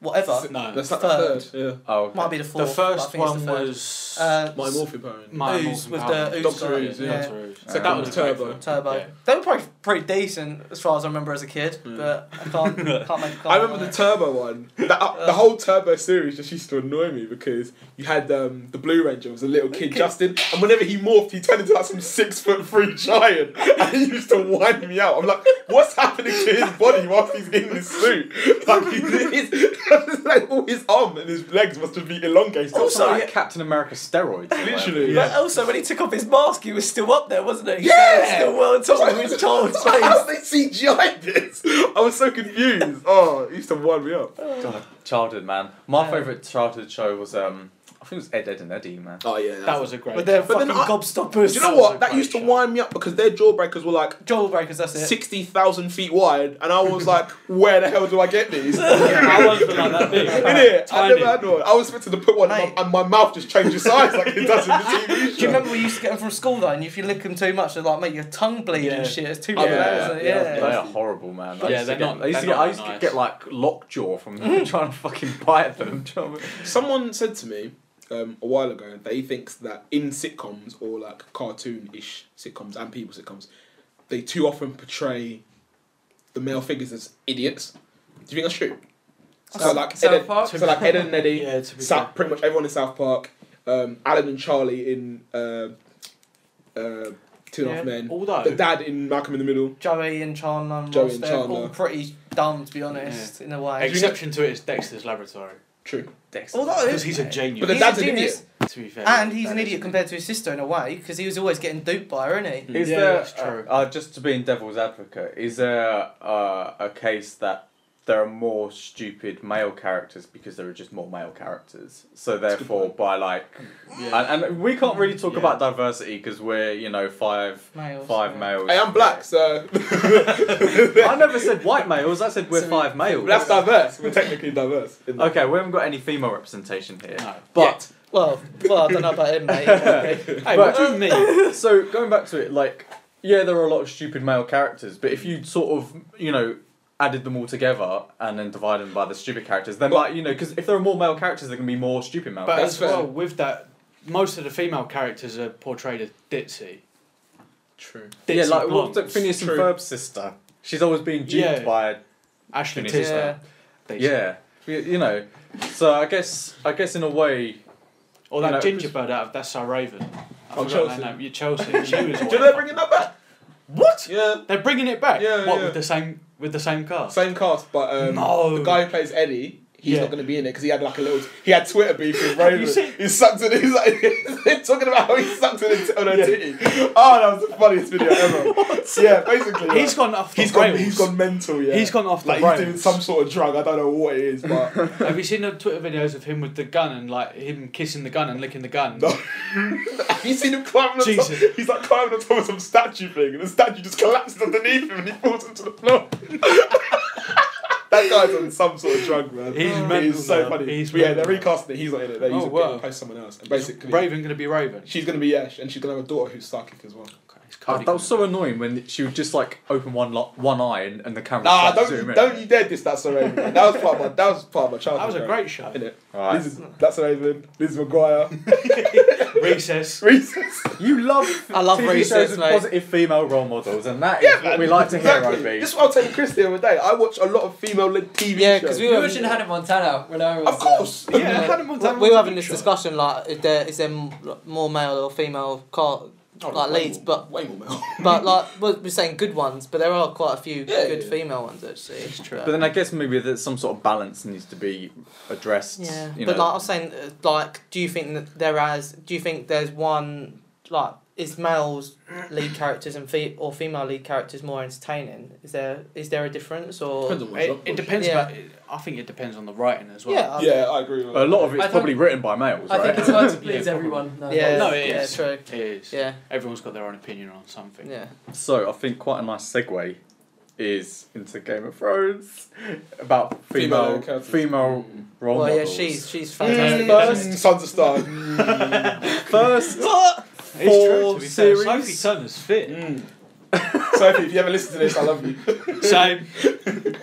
S5: whatever?
S2: No.
S4: That's
S2: The
S4: like the
S5: Third.
S4: third. Yeah.
S1: Oh, okay.
S5: Might be the fourth. but I
S2: first
S5: think it's
S2: one
S5: the third.
S2: was
S5: uh,
S4: My Morphin Power. Rangers.
S2: My
S5: Ooze
S2: Morphin
S5: with
S2: Power.
S5: the Ooze
S4: Doctor Ooze,
S5: guy,
S4: yeah.
S5: yeah.
S2: Doctor Who.
S1: So
S2: That
S1: that
S2: was
S1: was
S2: Turbo.
S4: Turbo.
S5: Turbo.
S2: Yeah.
S5: They were probably pretty decent as far as I remember as a kid, but I
S4: <laughs>
S5: can't, can't make a comment
S4: Hmm. I remember
S5: on
S4: the
S5: it.
S4: Turbo one. The, uh, the whole Turbo series just used to annoy me because you had um, the Blue Ranger was a little kid, Justin, and whenever he morphed, he turned into like some six foot three giant, and he used to wind me out. I'm like, what's happening to his body whilst he's in this suit? Like, he, <laughs> his, like all his arm and his legs must have been elongated.
S1: It's
S5: Also,
S4: <laughs>
S1: like
S5: yeah.
S1: Captain America steroids. or
S4: Literally.
S5: But also, when he took off his mask, he was still up there, wasn't he?
S4: Yeah!
S5: Still well on top of his
S4: <laughs>
S5: child's
S4: How
S5: face.
S4: did they CGI this? I was so confused. Oh, it used to wind me up.
S1: whatever. God, childhood man. My
S5: Yeah.
S1: favorite childhood show was um, I think it was Ed, Ed and Eddie, man.
S4: Oh yeah,
S2: That was a great.
S5: But they're
S4: But
S5: fucking
S4: then I-
S5: gobstoppers.
S4: Do you know
S2: a
S4: what? That
S2: great
S4: used to
S2: show.
S4: wind me up because their jawbreakers were like
S5: Jawbreakers, that's it.
S4: sixty thousand feet wide, and I was like, "Where the hell do I get
S2: <laughs>
S4: these?" In
S2: I wasn't like
S4: <laughs>
S2: that big.
S4: it, I
S2: Tiny.
S4: never had one. I was expected to put one, and
S5: Mate.
S4: my, and my mouth just changes size like it does in
S5: <laughs>
S4: the TV
S5: Do you
S4: show.
S5: remember we used to get them from school though, and if you lick them too much, they like make your tongue bleed
S2: Yeah.
S5: and shit. It's too
S4: Oh,
S5: bad,
S4: yeah,
S5: isn't it?
S4: yeah,
S5: Yeah.
S1: They are horrible, man. I
S2: Yeah,
S1: used to
S2: they're
S1: get,
S2: not-
S1: I used, to
S2: they're
S1: get, I
S2: not
S1: used to
S2: nice.
S1: get like lockjaw from them <laughs> trying to fucking bite them. Do you know what I mean?
S4: Someone said to me um, a while ago that he thinks that in sitcoms or like cartoon-ish sitcoms and people sitcoms, they too often portray the male figures as idiots. Do you think that's true? So like,
S3: South
S4: Ed,
S3: Park?
S4: so like Ed and Eddie,
S2: Yeah, to be
S4: South,
S2: fair.
S4: pretty much everyone in South Park, um, Alan and Charlie in uh, uh, Two and a Half
S5: Yeah.
S4: Men,
S2: Although
S4: the dad in Malcolm in the Middle.
S5: Joey and Chandler, and
S4: Joey
S5: Ross,
S4: and
S5: they're all
S4: Chandler.
S5: pretty dumb to be honest, in a way.
S2: Exception to it is Dexter's Laboratory.
S4: True.
S5: Although
S2: Because he's a
S4: But
S2: genius.
S4: the
S5: He's a
S4: dad's an
S5: genius.
S4: idiot.
S2: to be fair.
S5: And he's an
S2: That
S5: idiot
S2: is-
S5: compared to his sister in a way, because he was always getting duped by her, isn't
S4: Hmm.
S5: he?
S1: Is
S2: Yeah,
S1: there
S2: that's true.
S1: Uh, uh, just to be in devil's advocate? Is there uh, a case that there are more stupid male characters because there are just more male characters? So therefore, by like,
S2: Yeah.
S1: and, and we can't really talk
S2: Yeah.
S1: about diversity because we're you know five
S5: Males,
S1: five
S5: yeah.
S1: males.
S4: I am black, so <laughs>
S1: I never said white males. I
S5: <laughs>
S1: said we're
S3: So-
S1: five males.
S4: that's diverse. We're technically diverse. in that.
S1: Okay, we haven't got any female representation here.
S2: No.
S1: But
S5: Well, well, I don't know about him, mate. Um,
S2: Hey, what do you mean?
S1: um, <laughs> so going back to it, like, yeah, there are a lot of stupid male characters, but if you sort of, you know, added them all together and then divided them by the stupid characters, then
S4: But-
S1: like, you know, because if there are more male characters, there can be more stupid male.
S2: But
S1: characters.
S4: That's
S2: as
S4: fair.
S2: well, with that, most of the female characters are portrayed as ditzy.
S4: True.
S2: ditzy
S1: yeah, like
S2: blondes.
S1: what's that Phineas and
S4: True.
S1: Ferb's sister? She's always being duped
S2: Yeah.
S1: by
S2: Ashley
S1: Phineas
S2: Tisdale.
S5: yeah.
S2: Decent.
S1: yeah, you, you know. So I guess I guess in a way,
S2: Or
S1: You
S2: that
S1: know,
S2: ginger bird out of That's Our Raven. I
S4: Oh,
S2: forgot her
S4: Chelsea.
S2: name. Yeah, Chelsea. She was
S4: Did
S2: awful.
S4: they bring it that back?
S2: What?
S4: Yeah.
S2: They're bringing it back.
S4: Yeah,
S2: What
S4: yeah.
S2: with the same with the same cast?
S4: Same cast, but um,
S2: No.
S4: the guy who plays Eddie, he's
S2: Yeah.
S4: not going to be in it because he had like a little he had Twitter beef
S2: <laughs>
S4: with Raven.
S2: you seen-
S4: He sucked it. He's like <laughs> they're talking about how he sucked it on her titty. Oh, that was the funniest video
S2: <laughs>
S4: ever. Yeah, basically. like,
S2: He's gone off the
S4: He's
S2: he's
S4: gone.
S2: rails.
S4: He's gone mental. Yeah.
S2: He's gone off the
S4: Like
S2: rails.
S4: he's doing some sort of drug. I don't know what it is, but
S2: Have you seen the Twitter videos of him with the gun and like him kissing the gun and licking the gun?
S4: No. <laughs> Have you seen him climbing on
S2: Jesus.
S4: top? He's like climbing on top of some statue thing, and the statue just collapses underneath him, and he falls into the floor. <laughs> that guy's on some sort of drug, man.
S2: He's
S4: It
S2: mental,
S4: is so
S2: man.
S4: funny.
S2: He's
S4: But yeah,
S2: mental.
S4: they're recasting it. He's not in it. They're
S2: Oh,
S4: using
S2: wow.
S4: it to post someone else. And basically,
S2: Raven gonna be Raven.
S4: she's gonna be yeah, and she's gonna have a daughter who's psychic as well.
S2: It's
S1: Oh,
S2: Cody
S1: that was so annoying when she would just like open one lo- one eye and, and the camera.
S4: Nah,
S1: started to zoom
S4: don't
S1: in.
S4: don't you dare diss that, Sir Raven. man. That was part of my that was part of my
S2: Cody. that
S4: childhood.
S2: was a
S4: bro.
S2: great show.
S4: Innit?
S1: All right.
S4: Liz, that's Raven. Liz
S2: <laughs>
S4: McGuire.
S2: Recess.
S4: Recess.
S1: You love
S5: I love
S1: TV
S5: recess,
S1: shows with
S5: mate.
S1: positive female role models, and that is what we like to hear.
S4: Exactly.
S1: Obi.
S4: This is what I was telling Chris the other day. I watch a lot of female-led TV
S5: Yeah,
S4: shows.
S5: 'cause we
S3: You
S5: were-
S3: mentioned Hannah Montana when I was.
S4: Of course.
S2: Yeah, Hannah Montana
S5: we
S2: was
S5: were
S2: a
S5: having
S2: good
S5: this
S2: show.
S5: discussion like is there is there m- like, more male or female car like leads, but
S4: way more male.
S5: but like we're we're saying good ones, but there are quite a few
S4: Yeah,
S5: good
S4: yeah.
S5: female ones actually. It's
S2: true.
S1: But then I guess maybe that some sort of balance needs to be addressed.
S5: Yeah,
S1: you
S5: but
S1: know.
S5: like I was saying, uh, like, do you think that there is? Do you think there's one like is males lead characters and fe- or female lead characters more entertaining? Is there is there a difference or?
S4: Depends on what it's
S2: It, it
S4: up for.
S2: depends.
S5: Yeah.
S2: About, I think it depends on the writing as well.
S5: Yeah, I-
S4: Yeah, I agree with
S1: But a lot of
S3: I
S1: it's
S3: don't-
S1: probably written by males,
S3: uh, I
S1: right?
S3: think it's hard to
S2: <laughs> Yeah,
S3: please
S2: probably.
S3: everyone. No,
S5: Yeah,
S2: No, it
S5: yeah,
S2: is.
S5: true.
S2: It is.
S5: Yeah,
S2: Everyone's got their own opinion on something.
S5: yeah.
S1: so I think quite a nice segue is into Game of Thrones about female female,
S4: characters.
S2: Oh,
S1: role
S5: Well, yeah,
S1: models.
S5: she's she's fantastic.
S4: Mm, First, Sons of Star. Mm.
S1: first.
S2: It's true.
S1: Four
S2: To be fair,
S1: series.
S2: Sophie Turner's fit.
S4: Mm. <laughs> Sophie, if you ever listen to this, I love you.
S2: Same.
S1: Right,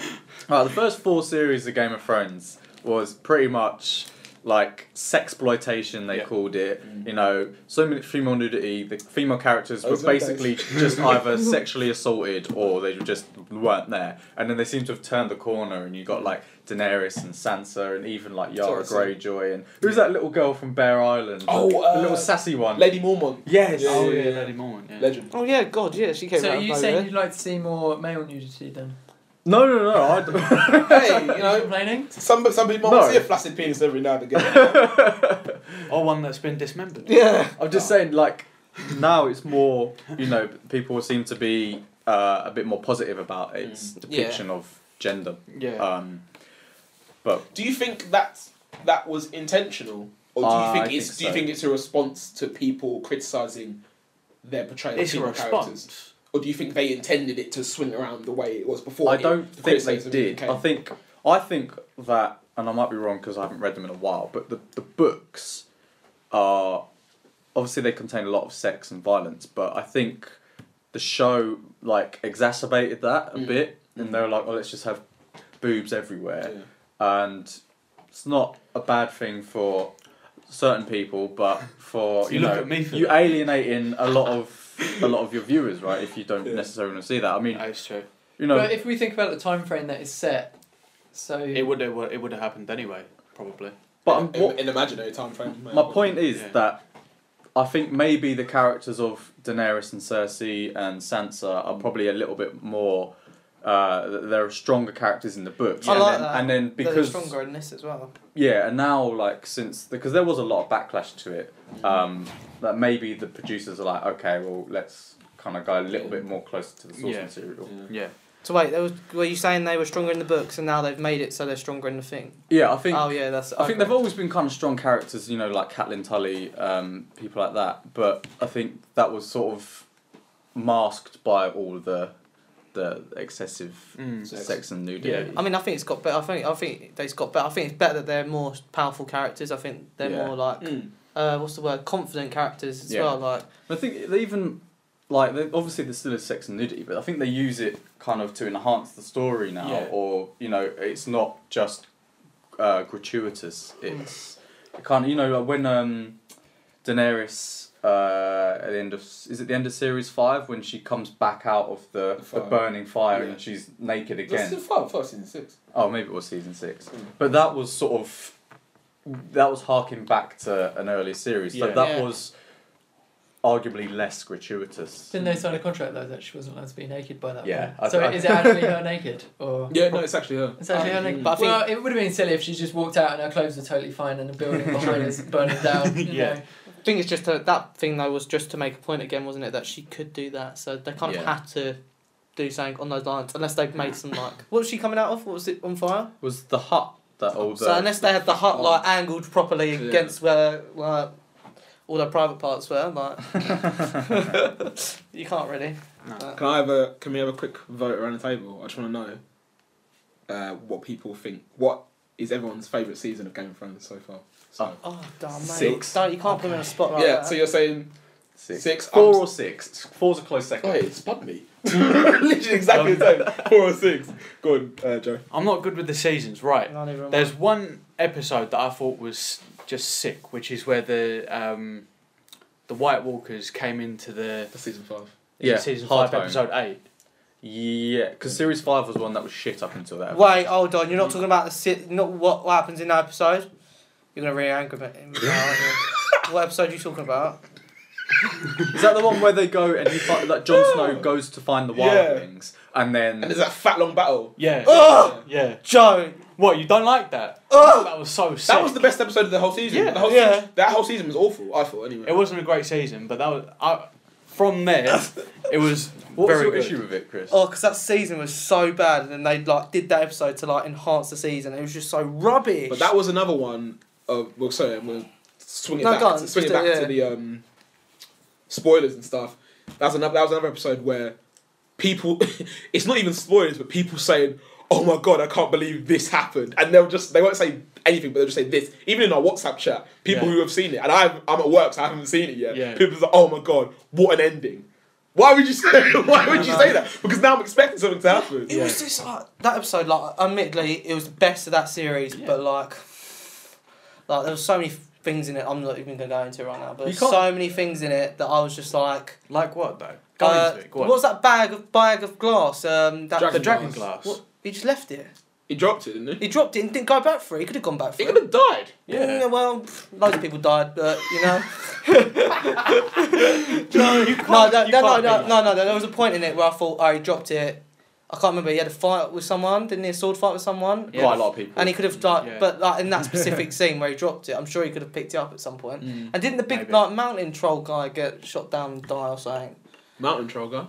S1: Oh, the first four series of Game of Thrones was pretty much like sexploitation they
S2: Yeah.
S1: called it you know so many female nudity the female characters were
S4: Those were days.
S1: basically <laughs> just either
S4: <laughs>
S1: sexually assaulted or they just weren't there and then they seem to have turned the corner and you got like Daenerys and Sansa and even like Yara
S4: Sansa.
S1: Greyjoy and who's that little girl from Bear Island
S4: Oh,
S1: the
S4: uh,
S1: little sassy one
S4: <laughs> Lady Mormont.
S1: yes
S4: Yeah,
S2: oh
S4: yeah,
S2: yeah,
S4: yeah.
S2: Lady Mormont. Yeah.
S4: Legend.
S5: Oh yeah, God, yeah, she came
S3: So
S5: out.
S3: are
S5: of
S3: you
S5: nowhere.
S3: saying you'd like to see more male nudity then?
S1: no no no I don't-
S4: <laughs>
S1: <laughs>
S4: hey, you
S3: You know,
S4: know,
S3: complaining.
S4: some, some people might
S1: No.
S4: see a flaccid penis every now
S1: <laughs>
S4: and again.
S2: Or one that's been dismembered.
S5: Yeah.
S1: I'm just saying, like, now it's more, you know, people seem to be uh, a bit more positive about its
S4: Mm.
S1: depiction of gender.
S2: Yeah.
S1: Um, but
S4: do you think that that was intentional? Or do you
S1: Uh,
S4: think
S1: I
S4: it's
S1: think
S4: do you
S1: so.
S4: think it's a response to people criticising their portrayal
S2: it's
S4: of
S2: a
S4: female characters?
S2: response.
S4: Or do you think they intended it to swing around the way it was before?
S1: I
S4: it-
S1: don't
S4: the
S1: think they
S4: criticism
S1: did.
S4: came?
S1: I think I think that, and I might be wrong because I haven't read them in a while. But the the books are obviously they contain a lot of sex and violence, but I think the show like exacerbated that a
S4: Mm.
S1: bit, and they were like, "Oh, let's just have boobs everywhere,"
S4: Yeah.
S1: and it's not a bad thing for certain people, but
S2: <laughs>
S1: for you,
S2: You look
S1: know,
S2: at me for
S1: you
S2: that.
S1: alienating a lot of a lot of your viewers, right? If you don't
S4: Yeah.
S1: necessarily want to see that, I mean,
S2: That is true.
S1: you know,
S3: But if we think about the time frame that is set, so
S2: It would it would it would have happened anyway, probably.
S1: but
S4: in,
S1: I'm,
S4: in-
S1: what,
S4: in imaginary time frame.
S1: My point is
S2: Yeah.
S1: that I think maybe the characters of Daenerys and Cersei and Sansa
S2: Mm.
S1: are probably a little bit more. Uh, th- there are stronger characters in the books,
S5: I
S1: and,
S5: like
S1: then,
S5: that.
S1: and then
S5: they're
S1: because
S5: stronger in this as well.
S1: yeah, and now like since because there was a lot of backlash to it, um, that maybe the producers are like, okay, well let's kind of go a little bit more closer to the source
S2: Yeah.
S1: material.
S2: Yeah.
S5: So wait, there was, were you saying they were stronger in the books and now they've made it so they're stronger in the thing?
S1: Yeah, I think
S5: Oh yeah, that's.
S1: I think they've always been kind of strong characters, you know, like Catelyn Tully, um, people like that. But I think that was sort of masked by all the the excessive
S2: Mm.
S1: sex.
S4: Sex
S1: and nudity.
S5: I mean, I think it's got better. I think I think they've got better. I think it's better that they're more powerful characters. I think they're
S1: Yeah.
S5: more like
S4: Mm.
S5: uh, what's the word? Confident characters as
S1: Yeah.
S5: well. Like
S1: I think they even like they, obviously there's still is sex and nudity, but I think they use it kind of to enhance the story now,
S2: Yeah.
S1: or you know, it's not just uh, gratuitous.
S4: Mm.
S1: It's it kind of you know like when um, Daenerys. Uh, at the end of is it the end of series five when she comes back out of the,
S4: The
S1: the,
S4: fire.
S1: burning fire
S4: Yeah.
S1: and she's naked
S4: This
S1: again?
S4: is five, five, season six.
S1: Oh, maybe it was season six,
S4: Mm.
S1: but that was sort of that was harking back to an earlier series.
S2: Yeah.
S1: That that
S5: Yeah.
S1: was arguably less gratuitous.
S3: Didn't they sign a contract though that she wasn't allowed to be naked by that
S1: Yeah,
S3: point?
S1: I-
S3: so
S1: I-
S3: is it actually her naked or?
S4: Yeah, no, it's actually uh, her.
S3: It's actually her
S5: Um,
S3: naked.
S5: but I think-
S3: well, it would have been silly if she just walked out and her clothes were totally fine and the building behind us burning down. You
S1: Yeah.
S3: Know?
S5: I think it's just that that thing though was just to make a point again, wasn't it? That she could do that, so they kind of
S1: Yeah.
S5: had to do something on those lines, unless they made some like what was she coming out of? What was it on fire?
S1: Was the hut that uh, all the
S5: so unless they had the hut like angled properly
S4: Yeah.
S5: against where like all their private parts were, like <laughs> you can't really.
S4: Can I have a? Can we have a quick vote around the table? I just want to know uh, what people think. What is everyone's favorite season of Game of Thrones so far?
S1: Ah.
S4: So
S5: Oh damn, mate!
S1: Six.
S5: Don't, you can't put them in a spot like
S4: yeah,
S5: that.
S4: so you're saying
S1: uh, six.
S4: Six,
S1: four
S4: I'm-
S1: or six? Four's a close second. Um,
S4: hey,
S1: <laughs>
S4: spot me. <laughs> Literally exactly the same. Four or six. Go on, uh, Joe.
S2: I'm not good with the seasons, right?
S5: Can't even
S2: There's
S5: remember.
S2: one episode that I thought was just sick, which is where the um, the White Walkers came into the
S4: That's season five.
S2: yeah,
S1: Yeah,
S2: season
S1: Hard
S2: five,
S1: Home.
S2: episode eight.
S1: <laughs> Yeah, because series five was one that was shit up until that.
S5: Wait, hold on. You're not talking about the si- not what, what happens in that episode. You're gonna really
S4: <laughs>
S5: angry me now, aren't you? what episode are you talking about?
S1: Is that the one where they go and he find, like Jon Snow goes to find the
S4: Yeah.
S1: wildlings and then
S4: And there's that fat long battle.
S2: Yeah.
S5: Oh,
S2: Yeah.
S5: Joe.
S2: What you don't like that?
S5: Oh.
S2: that was so sick.
S4: That was the best episode of the whole season.
S2: Yeah.
S4: the whole
S5: Yeah.
S4: season, that whole season was awful. I thought anyway.
S2: It wasn't a great season, but that was I,
S1: <laughs>
S2: from there. it was
S1: what was
S2: very
S1: your
S2: good.
S1: issue with it, Chris?
S5: Oh, because that season was so bad, and then they like did that episode to like enhance the season. It was just so rubbish.
S4: But that was another one. Of, well, sorry, I'm gonna swing it
S5: No,
S4: back.
S5: go on,
S4: to, swing it
S5: just do
S4: back
S5: it,
S4: to the um, spoilers and stuff. That was another. That was another episode where people. <laughs> it's not even spoilers, but people saying, "Oh my god, I can't believe this happened," and they'll just they won't say anything, but they'll just say this. Even in our WhatsApp chat, people
S2: Yeah.
S4: who have seen it, and I'm I'm at work, so I haven't seen it yet.
S2: Yeah.
S4: People are like, "Oh my god, what an ending." Why would you say? <laughs> Why would you say that? Because now I'm expecting something to happen.
S5: it was just like that episode. Like, admittedly, it was the best of that series,
S2: Yeah.
S5: but like, like there were so many things in it. I'm not even gonna go into right now, but
S1: You
S5: there's
S1: can't-
S5: so many things in it that I was just like.
S2: Like what though? Go
S5: Uh,
S2: into it. Go
S5: what
S2: on.
S5: was that bag of bag of glass? Um, that
S4: Dragon
S2: the dragon glass?
S5: What, he just left it.
S4: He dropped it, didn't he?
S5: He dropped it and didn't go back for it. He could have gone back for
S4: He
S5: it.
S4: could have died.
S5: Yeah, Mm, well, pff, loads of people died, but you know.
S2: <laughs> No, you
S5: <laughs> no,
S2: can't-
S5: no, no,
S2: you
S5: no,
S2: can't
S5: no,
S2: be
S5: no, no, There was a point in it where I thought, oh, he dropped it. I can't remember. He had a fight with someone, didn't he? A sword fight with someone.
S1: Quite a lot of people.
S5: And he could have died,
S2: Yeah.
S5: but like in that
S2: <laughs>
S5: specific scene where he dropped it, I'm sure he could have picked it up at some point.
S4: Mm.
S5: And didn't the big
S2: Maybe.
S5: like mountain troll guy get shot down and die or something?
S4: Mountain troll guy.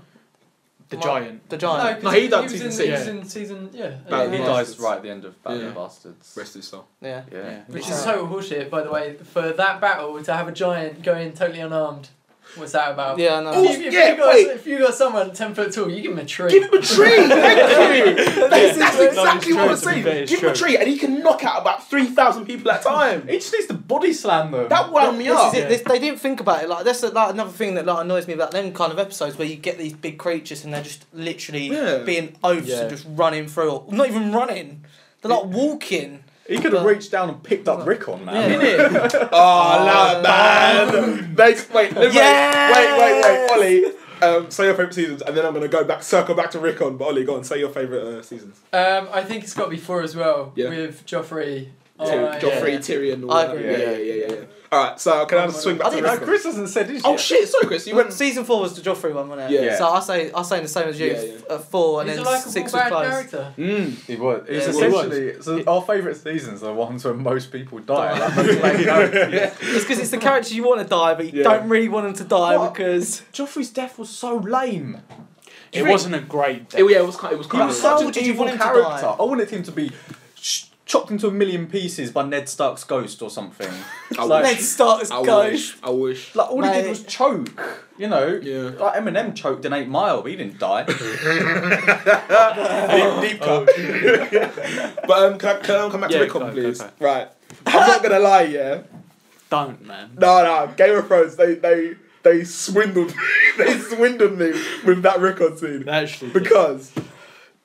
S2: The
S5: Like,
S2: giant.
S5: The
S3: No,
S5: giant.
S3: 'cause
S4: No, he died
S3: was
S4: season
S3: in-
S4: six.
S3: He was in season yeah.
S4: No,
S1: he
S4: Yeah.
S1: dies right at the end of Battle
S4: Yeah.
S1: of the Bastards.
S4: Rest his soul.
S5: Yeah.
S1: Yeah.
S2: Yeah.
S3: Which
S5: Right.
S3: is total bullshit, by the way. For that battle to have a giant go in totally unarmed, what's that about?
S5: Yeah, I know.
S4: Oh,
S3: If, you- if
S4: yeah,
S3: you got,
S4: wait.
S3: if you got someone ten foot tall, you give him a tree.
S4: Give him a <laughs> tree! Thank you! That's, that's
S2: No, it's
S4: exactly
S2: true,
S4: what I'm
S2: to be
S4: saying.
S2: fair, it's
S4: Give him a
S2: true.
S4: tree and he can knock out about 3,000 people at a time.
S1: He just needs to body slam them.
S4: That wound me
S5: this
S4: up.
S5: Is it. This, they didn't think about it. Like that's like another thing that like annoys me about them kind of episodes where you get these big creatures and they're just literally
S4: Yeah.
S5: being oafs
S2: Yeah.
S5: and just running through. Or, not even running. They're like walking.
S1: he could have reached down and picked up Rick on <laughs> that.
S5: Yeah.
S4: Innit? oh, oh, man. They, wait, wait, wait,
S5: Yes!
S4: wait, wait, wait, Ollie. Um, say your favourite seasons and then I'm going to go back, circle back to Rickon. But Ollie, go on, say your favourite uh, seasons.
S3: <laughs> Um, I think it's got to be four as well
S4: Yeah.
S3: with Joffrey.
S4: Ty-
S3: Oh,
S4: Joffrey,
S5: yeah.
S4: Tyrion, all
S5: I
S4: that.
S5: agree.
S4: Yeah, yeah, yeah, yeah. yeah. Alright, so can I just swing back
S5: I
S4: to
S5: didn't know
S4: Rickon?
S1: Chris hasn't said his
S4: Oh
S1: yet.
S4: shit, sorry Chris,
S5: Mm.
S4: you went...
S5: Season four was the Joffrey one, wasn't it?
S4: Yeah.
S5: So I say I say the same as you.
S4: Yeah, yeah.
S5: f- At four and
S3: He's a
S5: then
S3: likable
S5: six was
S3: bad
S5: close.
S3: character.
S4: Mm.
S1: He was. It's
S5: Yeah,
S2: he was.
S1: essentially so our favourite seasons are the ones where most people die. <laughs>
S5: Die.
S1: Like, like, no.
S5: It's because it's the characters you want to die, but you
S4: Yeah.
S5: don't really want them to die
S1: What?
S5: because
S1: Joffrey's death was so lame.
S2: It wasn't a great.
S4: It, Oh, yeah, it was kind, it was
S1: He
S4: kind
S1: was
S4: of...
S5: How
S1: such an
S5: would you
S1: evil
S5: want him to
S1: character.
S5: die?
S1: I wanted him to be sh- chopped into a million pieces by Ned Stark's ghost or
S5: <laughs>
S1: something.
S4: I
S1: Like-
S5: Ned Stark's
S4: I
S5: ghost.
S4: wish. I wish.
S1: Like all he did
S5: Mate.
S1: was choke. You know.
S4: Yeah.
S1: Like Eminem choked in Eight Mile, but he didn't
S5: <laughs>
S1: die.
S4: deep, Oh, deep cut. <laughs> but um, can I, can I come back
S2: Yeah,
S4: to
S2: go,
S4: Rickon,
S2: go,
S4: please?
S2: go.
S4: Right. I'm not gonna lie, yeah.
S2: Don't man.
S4: No, no. Game of Thrones, they they they swindled me. <laughs> they swindled me with that Rickon scene
S2: Actually.
S4: because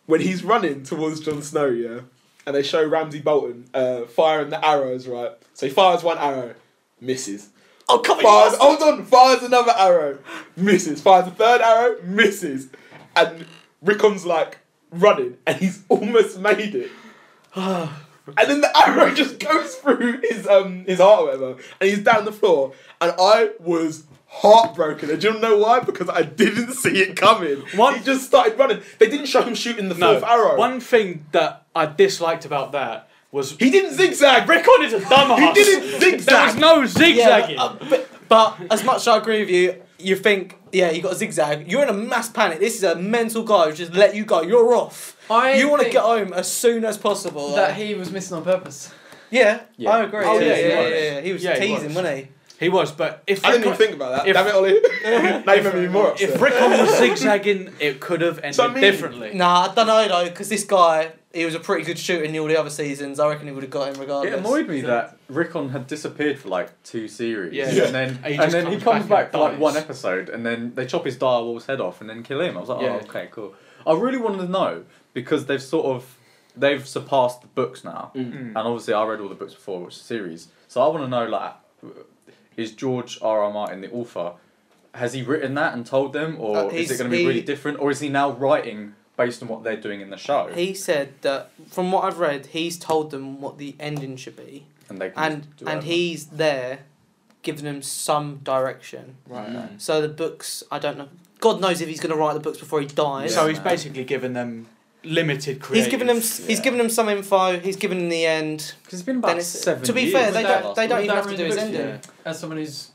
S4: when he's running towards Jon Snow, yeah, and they show Ramsey Bolton uh, firing the arrows, right? So he fires one arrow, misses.
S5: Oh come
S4: <laughs> Fires,
S5: on!
S4: hold on, fires another arrow, misses. Fires a third arrow, misses. And Rickon's like running, and he's <laughs> almost made it. <sighs> and then the arrow <laughs> just goes through his um his heart or whatever, and he's down the floor. And I was heartbroken. And do you know why? Because I didn't <laughs> see it coming.
S2: One-
S4: He just started running. They didn't show him shooting the
S2: No,
S4: fourth arrow.
S2: one thing that I disliked about that was
S4: He didn't zigzag. Rick
S2: Rickon is a <laughs> dumbass.
S4: He didn't zigzag.
S2: There was no <laughs> zigzagging.
S5: Yeah, but, uh, but, but as much as I agree with you, you think, yeah, you got a zigzag. You're in a mass panic. This is a mental guy who just let you go. You're off.
S3: I
S5: you want to
S3: think
S5: get home as soon as possible.
S3: that
S5: like-
S3: he was missing on purpose.
S5: yeah,
S1: Yeah.
S5: I agree. yeah,
S2: Oh, yeah,
S5: yeah,
S2: he
S5: yeah,
S2: was.
S5: yeah. He was
S2: Yeah, he
S5: teasing,
S2: was.
S5: was. not he?
S2: he was, but if
S4: I didn't
S2: Rickon-
S4: even think about that.
S2: If-
S4: Damn it,
S2: <laughs>
S4: Ollie. now you made me more upset.
S2: If
S4: <laughs>
S2: Rickon was zigzagging, it could have ended
S4: So I mean-
S2: differently.
S5: Nah, I don't know though, because this guy, he was a pretty good shooter in all the other seasons. I reckon he would have got him regardless.
S1: It annoyed me that Rickon had disappeared for like two series,
S2: Yeah.
S4: Yeah.
S1: and then
S2: And he
S1: and
S2: just
S1: then he
S2: comes
S1: comes
S2: back
S1: back,
S2: and
S1: for like
S2: dies.
S1: one episode, and then they chop his direwolf's head off and then kill him. I was like,
S2: Yeah.
S1: oh, okay, cool. I really wanted to know because they've sort of they've surpassed the books now,
S4: Mm.
S1: and obviously I read all the books before, which is series. So I want to know like, is George R. R. Martin the author? Has he written that and told them, or
S5: Uh,
S1: is
S5: he's-
S1: it going to be
S5: he-
S1: really different, or is he now writing based on what they're doing in the show,
S5: He said that, from what I've read, he's told them what the ending should be.
S1: and they can
S5: And,
S1: just do
S5: and
S1: whatever?
S5: he's there giving them some direction.
S4: Right.
S1: Mm.
S5: So the books, I don't know. God knows if he's going to write the books before he dies.
S2: so
S1: Yeah,
S2: he's
S1: man.
S2: basically given them limited creative.
S5: he's given them. He's
S1: yeah.
S5: given them some info. He's given them the end.
S1: Because it's been about
S5: Then it's-
S1: seven.
S5: to be
S1: years.
S5: fair, they
S3: Without-
S5: don't. They don't even
S3: without
S5: have to do
S3: reading
S5: his
S3: the books,
S5: ending.
S2: yeah.
S3: As someone who's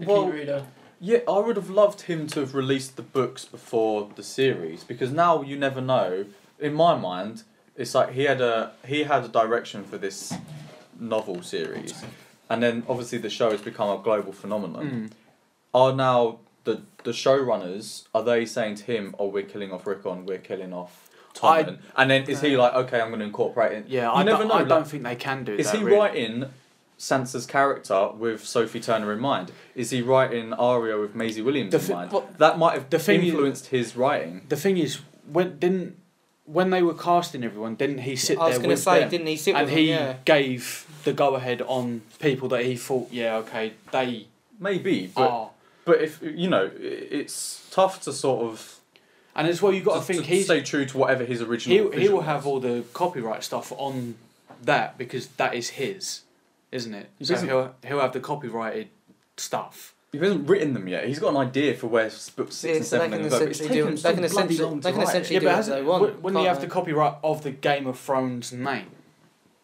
S3: a
S1: Well,
S3: keen reader.
S1: Yeah, I would have loved him to have released the books before the series because now you never know. In my mind, it's like he had a he had a direction for this novel series, and then obviously the show has become a global phenomenon.
S2: Mm.
S1: Are now the the showrunners are they saying to him, "Oh, we're killing off Rickon, we're killing off
S2: I-
S1: Tommen," and then is he like, "Okay, I'm going to incorporate it."
S2: Yeah,
S1: you
S2: I,
S1: never
S2: don't,
S1: know.
S2: I
S1: like-
S2: don't think they can do
S1: Is
S2: that.
S1: he
S2: really.
S1: writing Sansa's character with Sophie Turner in mind? Is he writing Arya with Maisie Williams
S2: The
S1: in
S2: thi-
S1: mind?
S2: well,
S1: that might have
S2: the thing is-
S1: influenced his writing.
S2: The thing is, when didn't when they were casting everyone, didn't he sit
S5: I was
S2: there
S5: going to
S2: with
S5: say,
S2: them?
S5: didn't he sit
S2: and
S5: with
S2: he
S5: them? Yeah.
S2: gave the go ahead on people that he thought, yeah, okay, they
S1: Maybe, but
S2: are.
S1: but if you know, i- it's tough to sort of
S2: And as well, you've got to
S1: to-
S2: think
S1: to
S2: he's
S1: stay true to whatever his
S2: he
S1: original.
S2: he will have all the copyright stuff on that because that is his, isn't it? So
S1: Isn't-
S2: he'll he'll have the copyrighted stuff.
S1: He hasn't written them yet. He's got an idea for where s- books six
S5: Yeah,
S1: and
S5: so they
S1: seven are
S5: can
S1: going to go. but it's
S5: essentially do.
S1: taken
S5: They can
S1: so bloody
S5: essentially.
S1: long
S5: They
S1: to
S5: can
S1: write it.
S5: essentially do
S2: yeah, but
S5: what they
S2: hasn't-
S5: want.
S2: wou- wouldn't he
S5: can't
S2: have
S5: they?
S2: the copyright of the Game of Thrones name?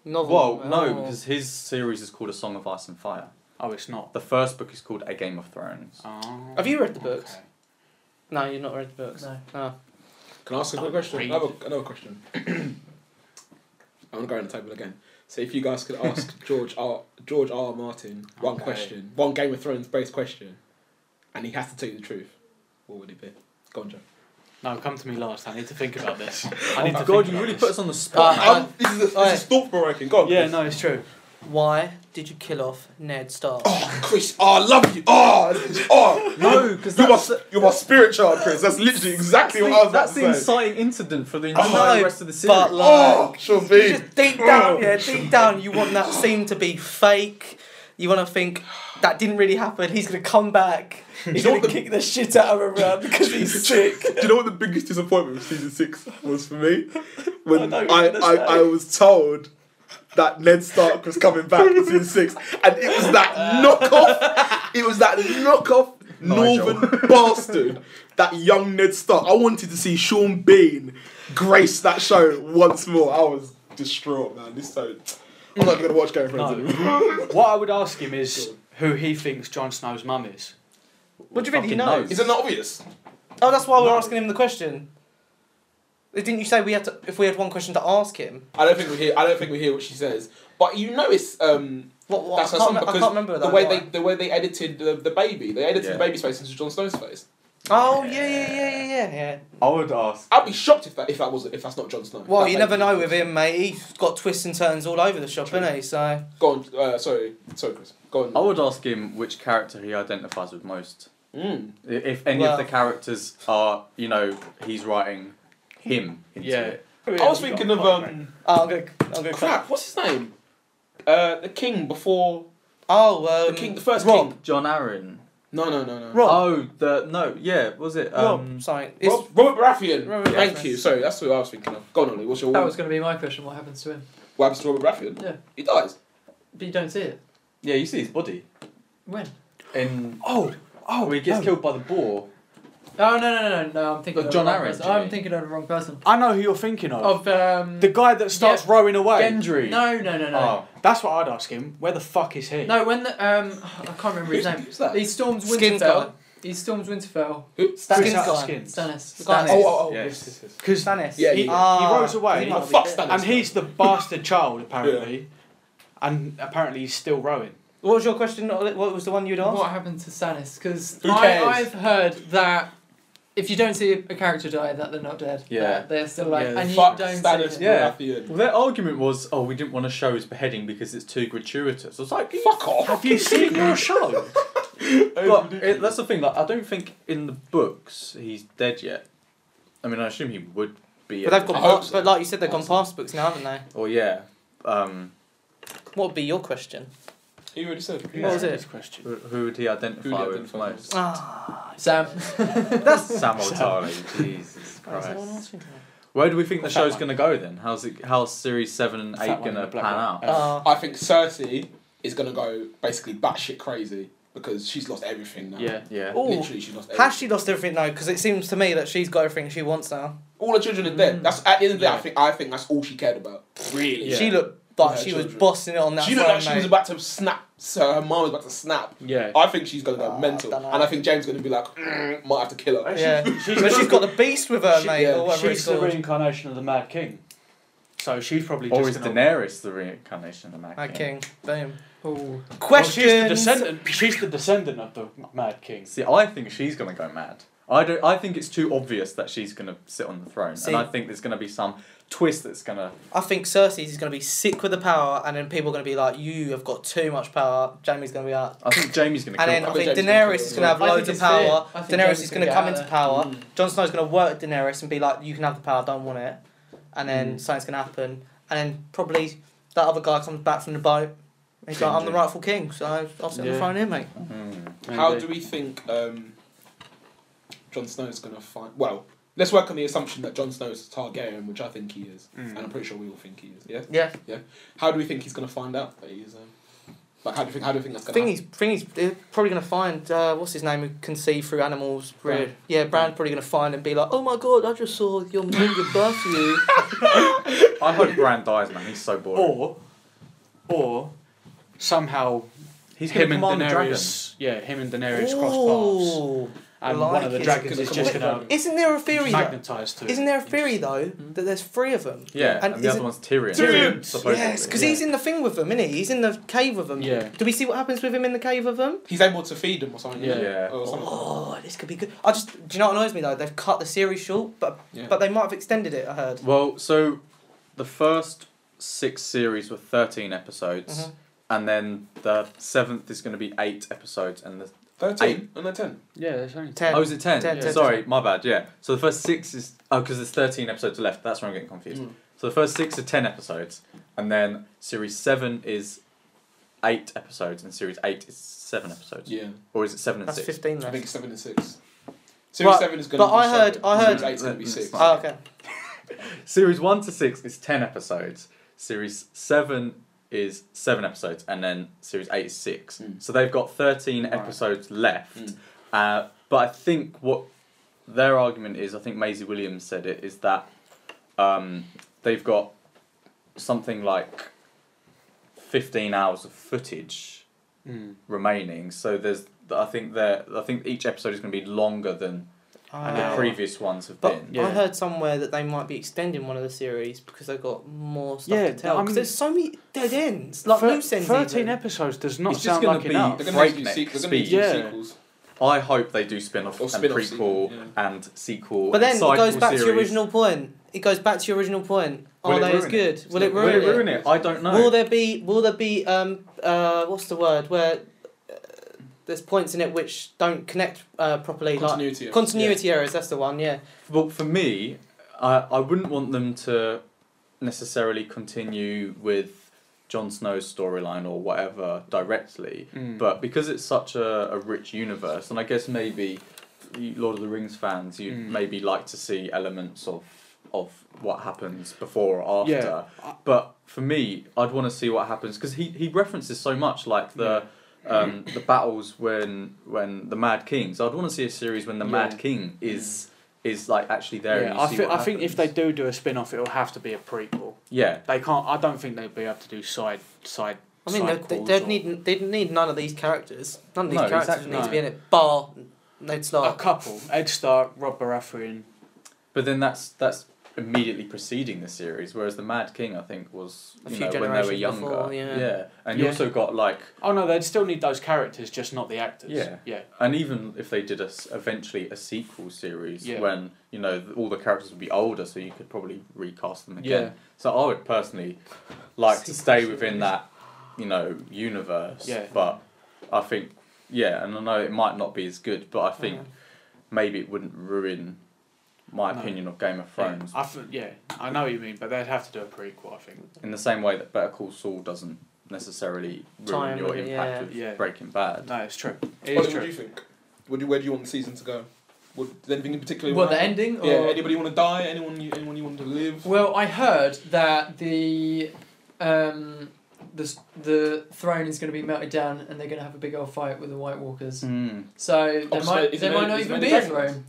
S5: novel?
S1: Well,
S5: Oh.
S1: no, because his series is called A Song of Ice and Fire.
S2: Oh, it's not.
S1: The first book is called A Game of Thrones.
S2: Oh,
S5: Have you read the books?
S2: okay.
S5: no, you've not read the books.
S3: No.
S5: Oh.
S4: Can I ask a quick question?
S2: Read.
S4: Another, another
S2: <clears throat>
S4: question. I'm gonna go around the table again. So if you guys could
S2: <laughs>
S4: ask George R. George R. Martin one
S2: Okay.
S4: question, one Game of Thrones based question, and he has to tell you the truth, what would it be? Go on, Joe.
S2: No, come to me last. I need to think about this. I need
S1: Oh
S2: to
S1: God,
S2: think
S1: you
S2: about
S1: really
S2: this.
S1: put us on the spot.
S5: Uh,
S1: man.
S4: Um, this is, this
S5: alright.
S4: is thought provoking. Go on.
S2: Yeah,
S4: Chris.
S2: no, it's true.
S5: Why did you kill off Ned Stark?
S4: Oh, Chris, oh, I love you. Oh, oh,
S1: <laughs> No, because
S4: you're my,
S1: that's,
S4: you're my spirit child, Chris. That's literally exactly
S1: the,
S4: what I was
S1: that's
S4: about
S1: the
S4: to say.
S1: inciting incident for the
S5: I
S1: entire
S5: know,
S1: rest of the series.
S5: but like,
S4: Oh,
S5: <laughs>
S4: sure
S5: you
S4: thing.
S5: just deep
S2: Oh.
S5: down, yeah, deep down, you want that scene to be fake. You want to think that didn't really happen. He's gonna come
S2: <laughs>
S5: back. He's
S4: know
S5: gonna
S4: what the-
S5: kick the shit out of everyone because he's sick.
S4: Do you know what the biggest disappointment of season six was for me? When
S5: I
S4: I,
S5: don't
S4: I, I,
S5: understand.
S4: was told that Ned Stark was coming back in season six, and it was that knockoff, it was that knockoff
S1: Nigel.
S4: northern bastard, that young Ned Stark. I wanted to see Sean Bean grace that show once more. I was distraught, man. This so. I'm not gonna watch Game of Thrones.
S2: No.
S4: anymore.
S2: <laughs> What I would ask him is who he thinks Jon Snow's mum is.
S5: What do you mean he
S1: Fucking
S5: knows?
S1: knows.
S4: Is it not obvious?
S5: Oh, that's why we're
S4: No.
S5: asking him the question. Didn't you say we had to? If we had one question to ask him,
S4: I don't think we hear. I don't think we hear what she says. But you notice. Um,
S5: what? what
S4: That's
S5: I,
S4: her
S5: can't
S4: son
S5: rem- I
S4: because
S5: can't remember
S4: the
S5: though,
S4: way
S5: why.
S4: they the way they edited the, the baby. They edited
S1: Yeah.
S4: the baby's face into Jon Snow's face.
S5: Oh yeah, yeah, yeah, yeah, yeah. yeah.
S1: I would ask.
S4: I'd be shocked if that if that was if that's not Jon Snow.
S5: Well,
S4: That
S5: you never
S4: baby.
S5: know with him, mate. He's got twists and turns all over the shop,
S4: True.
S5: isn't he? So
S4: Go on. Uh, sorry, sorry, Chris. Go
S1: I
S5: Oh.
S4: on.
S1: would ask him which character he identifies with most.
S4: Mm.
S1: I- If any
S5: Well-
S1: of the characters are, you know, he's writing him into
S2: Yeah.
S1: it.
S4: I was thinking of um.
S5: oh, I'm gonna, I'm gonna.
S4: Crap. What's his name? Uh, the king before
S5: Oh,
S4: the
S5: um,
S4: king, the first
S5: Rob.
S4: king.
S1: John Aaron.
S4: No, no, no, no.
S5: Rob.
S1: Oh, the no, yeah, was it? Um,
S5: Rob, sorry, it's
S4: Rob, Robert Baratheon.
S5: Robert
S4: Thank
S5: Baratheon.
S4: you. Sorry, that's who I was thinking of. Go on, Ollie. What's your
S3: That
S4: one?
S3: was going to be my question. What happens to him?
S4: What happens to Robert Baratheon?
S3: Yeah.
S4: He dies.
S3: But you don't see it.
S1: yeah, you see his body
S3: When?
S1: in
S2: Oh, Oh,
S1: Oh, he gets
S2: no.
S1: killed by the boar.
S3: Oh no no no no! no I'm thinking
S1: Oh,
S3: of
S1: John
S3: the wrong
S1: Arryn,
S3: person.
S1: do you
S3: I'm
S1: mean?
S3: thinking of the wrong person.
S2: I know who you're thinking
S3: Of
S2: of.
S3: um.
S2: Oh. the guy that starts
S3: yeah.
S2: rowing away.
S1: Gendry.
S3: no no no no
S1: Oh,
S2: That's what I'd ask him. Where the fuck is he?
S3: no when the um I can't remember his
S4: Who's-
S3: name.
S4: who's that?
S3: He storms
S5: Skin
S3: Winterfell. He storms Winterfell.
S5: Skin's
S2: Without
S5: gone.
S2: skins.
S3: Stannis.
S5: Stannis.
S4: Oh, oh, oh,
S1: Yes.
S4: yes, yes, yes.
S2: Because
S5: Stannis.
S4: Yeah,
S2: he,
S4: yeah.
S5: Ah.
S2: he rows away,
S5: He might
S4: Oh, fuck
S5: be-
S4: Stannis.
S2: and he's the bastard child apparently, and apparently he's still rowing.
S5: What was your question? What was the one you'd asked?
S3: What happened to Stannis? Because
S4: Who cares?
S3: I've heard that if you don't see a character die, that they're not dead.
S1: Yeah.
S3: That they're still alive.
S2: Yeah,
S3: and you
S4: Fuck
S3: don't
S4: Stannis
S3: see
S1: yeah.
S3: them.
S4: Baratheon.
S1: Well, their argument was, oh, we didn't want to show his beheading because it's too gratuitous. I was like,
S4: Fuck off.
S2: Have you seen your show?
S1: But it, that's the thing. Like, I don't think in the books he's dead yet. I mean, I assume he would be.
S5: But
S1: at
S5: they've
S1: the
S5: gone
S1: time.
S4: hope
S5: past, but like you said, they've gone past books now, haven't they?
S1: Or yeah, um,
S5: What would be your question?
S4: You already said.
S5: What was it?
S2: Next question.
S1: who, who would he
S4: Who
S1: identify
S4: would he
S1: with
S4: identify
S1: most?
S5: Ah,
S3: Sam.
S2: <laughs>
S1: That's Sam Otali. Jesus
S5: is that what I
S1: Christ.
S5: was thinking of?
S1: Where do we think the
S2: What's that
S1: show's
S2: one?
S1: gonna go then? How's it? How's series seven and
S2: What's that
S1: eight
S2: one in
S1: gonna
S2: the black
S1: pan
S2: one?
S1: out?
S2: Uh,
S5: Ah.
S4: I think Cersei is gonna go basically batshit crazy because she's lost everything now.
S2: Yeah.
S1: Yeah.
S5: Ooh.
S4: Literally, she's lost.
S5: Has
S4: Everything.
S5: she lost everything though? Because it seems to me that she's got everything she wants now.
S4: All her children are dead. That's at the end of the day. I
S2: Yeah.
S4: think I think that's all she cared about. Really.
S1: Yeah.
S5: She looked like
S4: Her
S5: she was
S4: children.
S5: bossing it on that
S4: She looked like
S5: throne,
S4: she was
S5: mate.
S4: about to snap. So her mom was about to snap.
S2: Yeah.
S4: I think she's gonna go
S5: Oh,
S4: mental,
S5: dunno.
S4: and I think James is gonna be like, mm, might have to kill her.
S5: Yeah, but she's got the beast with her,
S2: She-
S5: mate,
S4: yeah,
S5: or whatever
S2: She's
S5: it's
S2: the
S5: called.
S2: reincarnation of the Mad King, so she's probably
S1: Or is
S2: just gonna-
S1: Daenerys the reincarnation of the Mad
S5: Mad
S1: King?
S5: King, boom.
S3: Oh.
S2: Well, she's the
S5: Questions.
S2: descendant. She's the descendant of the Mad King.
S1: See, I think she's gonna go mad. I don't. I think it's too obvious that she's gonna sit on the throne,
S5: See-
S1: and I think there's gonna be some twist that's gonna.
S5: I think Cersei's is going to be sick with the power, and then people are going to be like, "You have got too much power." Jamie's going to be like,
S1: I think Jamie's gonna.
S5: and
S1: kill
S5: then I
S1: her.
S4: I think
S5: think
S4: James
S5: Daenerys
S4: is
S5: is going to have
S3: gonna
S5: loads
S3: do
S5: of
S3: it. I think
S5: power.
S3: it's fair. I think
S5: Daenerys
S3: James
S5: is
S3: is
S5: going to
S3: gonna
S5: come
S3: get
S5: into power.
S3: out
S4: Mm.
S5: Jon Snow's going to work Daenerys and be like, "You can have the power. Don't want it." And then something's going to happen, and then probably that other guy comes back from the boat. and He's like, "I'm the
S1: Ginger.
S5: rightful king, so I'll sit on the
S2: Yeah.
S5: throne here, mate."
S1: Hmm.
S4: How do we think um, Jon Snow is gonna find? Well, let's work on the assumption that Jon Snow is Targaryen, which I think he is,
S5: Mm.
S4: and I'm pretty sure we all think he is. Yeah.
S5: Yeah,
S4: How do we think he's gonna find out that he's? Um, like, how do you think? How do you think that's
S5: I
S4: gonna?
S5: think
S4: happen?
S5: he's, think he's they're probably going to find uh, what's his name who can see through animals.
S2: Bran.
S5: Yeah, Bran's probably going to find and be like, "Oh my god, I just saw your moon give birth to you."
S1: I hope Bran dies, man. He's so boring.
S2: Or, or, somehow
S1: he's gonna
S2: him and
S1: command a dragon.
S2: Daenerys. Yeah, him and Daenerys cross paths,
S5: Ooh.
S2: and
S5: like
S2: one of the
S5: it.
S2: dragons is just
S5: Wait,
S2: gonna
S5: Isn't there a theory? though-
S2: magnetize to.
S5: Isn't there a theory though
S2: Hmm?
S5: that there's three of them?
S1: Yeah, and,
S5: And
S1: the
S5: is
S1: other
S5: it-
S1: one's Tyrion.
S4: Tyrion!
S1: supposedly.
S5: Yes, because
S2: Yeah.
S5: he's in the thing with them, isn't he? He's in the cave with them.
S2: Yeah.
S5: Do we see what happens with him in the cave with them?
S4: he's able to feed him or something.
S2: Yeah.
S1: Yeah.
S4: Or something.
S5: Oh, this could be good. I just, do you know what annoys me though? They've cut the series short, but
S4: Yeah.
S5: but they might have extended it. I heard.
S1: Well, so the first six series were thirteen episodes,
S5: Mhm.
S1: and then the seventh is going to be eight episodes, and the
S4: Thirteen and they're ten.
S2: Yeah, there's only
S5: Ten.
S1: oh, is it ten?
S5: Ten,
S2: Yeah. ten,
S1: Sorry, my bad. Yeah. So the first six is oh, because there's thirteen episodes left. That's where I'm getting confused.
S4: Mm.
S1: So the first six are ten episodes, and then series seven is eight episodes, and series eight is seven episodes.
S4: Yeah.
S1: Or is it seven and
S5: That's
S1: six?
S5: fifteen
S4: I
S5: left.
S4: think it's seven and six. Series
S5: But-
S4: seven is gonna.
S5: but
S4: be
S5: I heard-
S4: seven.
S5: I heard-
S4: Series eight's gonna be six.
S5: Oh, okay.
S1: Series one to six is ten episodes. Series seven is seven episodes, and then series eight is six.
S4: Mm.
S1: So they've got thirteen
S2: Right.
S1: episodes left.
S4: Mm.
S1: Uh, but I think what their argument is, I think Maisie Williams said it, is that um, they've got something like fifteen hours of footage
S2: Mm.
S1: remaining. So there's, I think there, I think each episode is going to be longer than
S2: And
S5: Ah.
S1: the previous ones have
S5: But
S1: been.
S2: Yeah.
S5: I heard somewhere that they might be extending one of the series because they've got more stuff
S2: Yeah,
S5: to tell.
S2: I
S5: Because
S2: mean-
S5: there's so many dead ends, like
S2: Thir-
S5: loose ends.
S2: Thirteen
S5: even.
S2: episodes does not
S1: It's just
S2: sound
S1: gonna
S2: like
S1: be-
S2: enough.
S4: They're gonna make you
S1: Breakneck
S4: sequels. They're gonna make you
S2: speed. Yeah.
S4: sequels.
S1: I hope they do spin off
S4: Or
S1: and
S4: spin-off
S1: prequel
S4: sequel,
S1: and sequel.
S5: But then
S1: and
S5: it goes
S1: cycle
S5: back to your
S1: series.
S5: original point. It goes back to your original point. Are
S1: Will it
S5: they as
S1: ruin
S5: good? Will it
S1: Will
S5: ruin
S1: it ruin it? I don't know.
S5: Will there be? Will there be? Um, uh, what's the word? Where uh, there's points in it which don't connect uh, properly.
S4: Continuity
S5: Like
S4: errors,
S5: continuity errors. That's the one. Yeah.
S1: Well, for me, I, I wouldn't want them to necessarily continue with Jon Snow's storyline or whatever directly,
S2: Mm.
S1: but because it's such a, a rich universe, and I guess maybe you Lord of the Rings fans, you'd
S2: Mm.
S1: maybe like to see elements of of what happens before or after.
S2: Yeah.
S1: But for me, I'd want to see what happens because he, he references so much, like the um, the battles when when the Mad King. So I'd want to see a series when the Mad
S2: Yeah.
S1: King is is like actually there. and
S2: yeah,
S1: you
S2: I,
S1: see
S2: thi-
S1: what
S2: I think if they
S1: happens.
S2: do do a spin off, it'll have to be a prequel.
S1: yeah,
S2: They can't. I don't think they'd be able to do side side.
S5: I mean,
S2: side
S5: they,
S2: calls
S5: they'd
S2: or-
S5: need they'd need none of these characters. None of these
S1: No,
S5: characters
S1: exactly.
S5: need to
S2: No.
S5: be in it. Bar Ned
S2: a
S5: Stark.
S2: couple: Ed Stark, Rob Baratheon.
S1: but then that's that's immediately preceding the series, whereas the Mad King I think was
S5: A
S1: you
S5: few
S1: know, when they were
S5: generations
S1: younger.
S5: before, yeah.
S1: and you
S2: Yeah.
S1: also got like
S2: Oh no, they'd still need those characters, just not the actors.
S1: Yeah.
S2: yeah,
S1: and even if they did a s eventually a sequel series
S2: Yeah.
S1: when you know th- all the characters would be older so you could probably recast them again
S2: Yeah.
S1: so i would personally like to
S5: Sequel
S1: stay
S5: series.
S1: within that you know universe
S2: Yeah.
S1: but i think yeah and i know it might not be as good but i think
S5: Mhm.
S1: maybe it wouldn't ruin my
S2: No.
S1: opinion of game of thrones
S2: I f- yeah, I know what you mean, but they'd have to do a prequel. I think.
S1: in the same way that better call saul doesn't necessarily ruin
S5: Time,
S1: your impact
S5: yeah.
S1: of
S2: Yeah.
S1: breaking bad
S2: No, it's true. It
S4: What
S2: is
S4: do you
S2: true.
S4: think? Would you, where do you want the season to go? Would does anything in particular?
S3: What the
S4: happen?
S3: ending? Or
S4: Yeah. Anybody want to die? Anyone? You, anyone you want to live?
S3: Well, I heard that the um, the the throne is going to be melted down, and they're going to have a big old fight with the White Walkers.
S1: Mm.
S3: So
S4: Oh,
S3: there
S4: so
S3: might
S4: is
S3: there
S4: it
S3: might
S4: made-
S3: not
S4: is it
S3: even
S4: made
S3: be a
S4: of dragons?
S3: throne.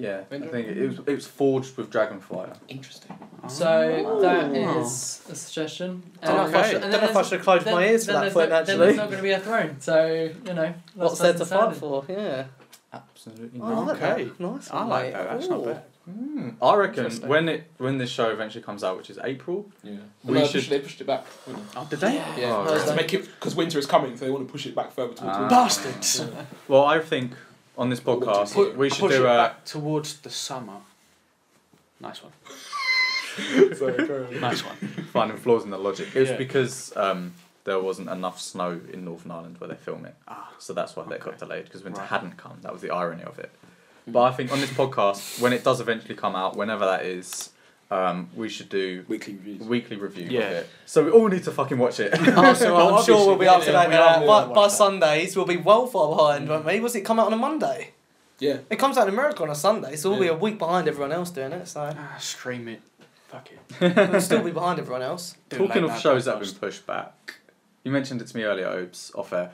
S1: Yeah, I
S4: When-
S1: think it was it was forged with dragon fire.
S4: Interesting.
S3: So that
S2: Oh.
S3: is a suggestion.
S5: Don't know if I
S1: Okay.
S5: should-
S3: And
S5: don't
S3: then
S5: know if I
S3: there's-
S5: should have closed my
S3: then-
S5: ears for
S3: then
S5: that
S3: there's
S5: point.
S3: no- Then there's
S5: Actually,
S3: not going to be a throne, so you know.
S5: what's there
S3: last
S5: to
S3: man
S5: fight
S3: standing.
S5: for? Yeah.
S1: Absolutely.
S5: Oh, I like that.
S2: Okay.
S5: Nice.
S2: I
S5: one,
S2: like
S5: mate.
S2: that. That's not
S5: Ooh.
S2: bad.
S1: Mm. I reckon
S5: Interesting.
S1: when it when this show eventually comes out, which is April.
S4: Yeah.
S1: We
S4: no,
S1: should-
S4: should. They pushed it back. wouldn't
S2: Oh, did they?
S4: they? Yeah.
S1: Oh,
S4: Just to
S5: really?
S4: make it because winter is coming, so they want to push it back further towards
S1: Ah.
S4: winter.
S2: Bastards.
S4: Yeah.
S1: Well, I think on this podcast
S4: Put-
S1: we should
S2: Push
S1: do
S2: it
S1: a
S2: back towards the summer. Nice one.
S4: Sorry, carry on.
S2: Nice one.
S1: finding flaws in the logic. It's
S2: Yeah.
S1: because um, there wasn't enough snow in Northern Ireland where they film it,
S2: Ah.
S1: so that's why that got
S2: Okay.
S1: delayed because winter
S2: Right. Hmm.
S1: hadn't come. That was the irony of it. But I think on this podcast, when it does eventually come out, whenever that is, um, we should do
S4: Weekly reviews.
S1: weekly review
S2: Yeah.
S1: of it. So we all need to fucking watch
S2: <laughs>
S1: it.
S5: Oh, so I'm
S2: Obviously,
S5: sure we'll be
S2: yeah,
S5: up to
S2: yeah,
S5: date
S2: we
S5: with
S2: are-
S5: that.
S2: we
S5: By,
S2: are
S5: by
S2: like that.
S5: Sundays, we'll be well far behind, won't we? Was it come out on a Monday?
S4: Yeah.
S5: It comes out in America on a Sunday, so we'll
S4: Yeah.
S5: be a week behind everyone else doing it.
S2: <laughs>
S5: So
S2: Ah, scream it. Fuck
S1: <laughs>
S2: it.
S5: we'll still be behind everyone else.
S2: Do a
S1: Talking
S2: late
S1: of
S2: night
S1: shows that have
S2: podcast.
S1: been pushed back, you mentioned it to me earlier, Obes, off air.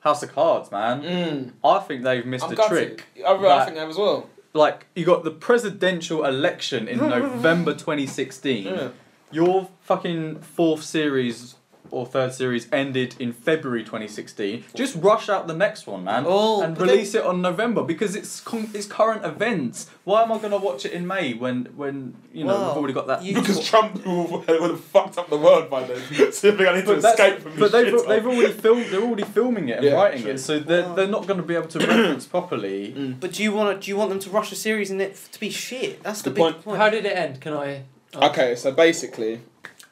S1: House of Cards,
S2: Hmm.
S1: man.
S4: Mm.
S1: I think they've missed
S4: I'm
S1: a
S4: gutted.
S1: trick.
S4: I, I
S1: That-
S4: think I have as well.
S1: Like, you got the presidential election
S2: <laughs>
S1: in November 2016.
S4: Yeah.
S1: Your fucking fourth series or third series ended in February 2016. Just rush out the next one, man.
S5: Oh,
S1: and
S5: but
S1: release it on November because it's con- it's current events. Why am I gonna watch it in May when when you know
S5: Well,
S1: we've already got that
S5: you-
S4: <laughs> Because Trump will, will have fucked up the world by then. <laughs> So I think I need to
S1: But, that's-
S4: escape from this
S1: but they've,
S4: shit.
S1: they've already filmed. They're already filming it and
S4: Yeah,
S1: writing
S4: true.
S1: it, so they're,
S5: Oh.
S1: they're not going to be able to reference properly.
S5: But do you want to, do you want them to rush a series and it f- to be shit? That's the
S4: Good
S5: big
S4: point.
S5: point.
S3: How did it end? Can I? ask?
S4: Okay, so basically,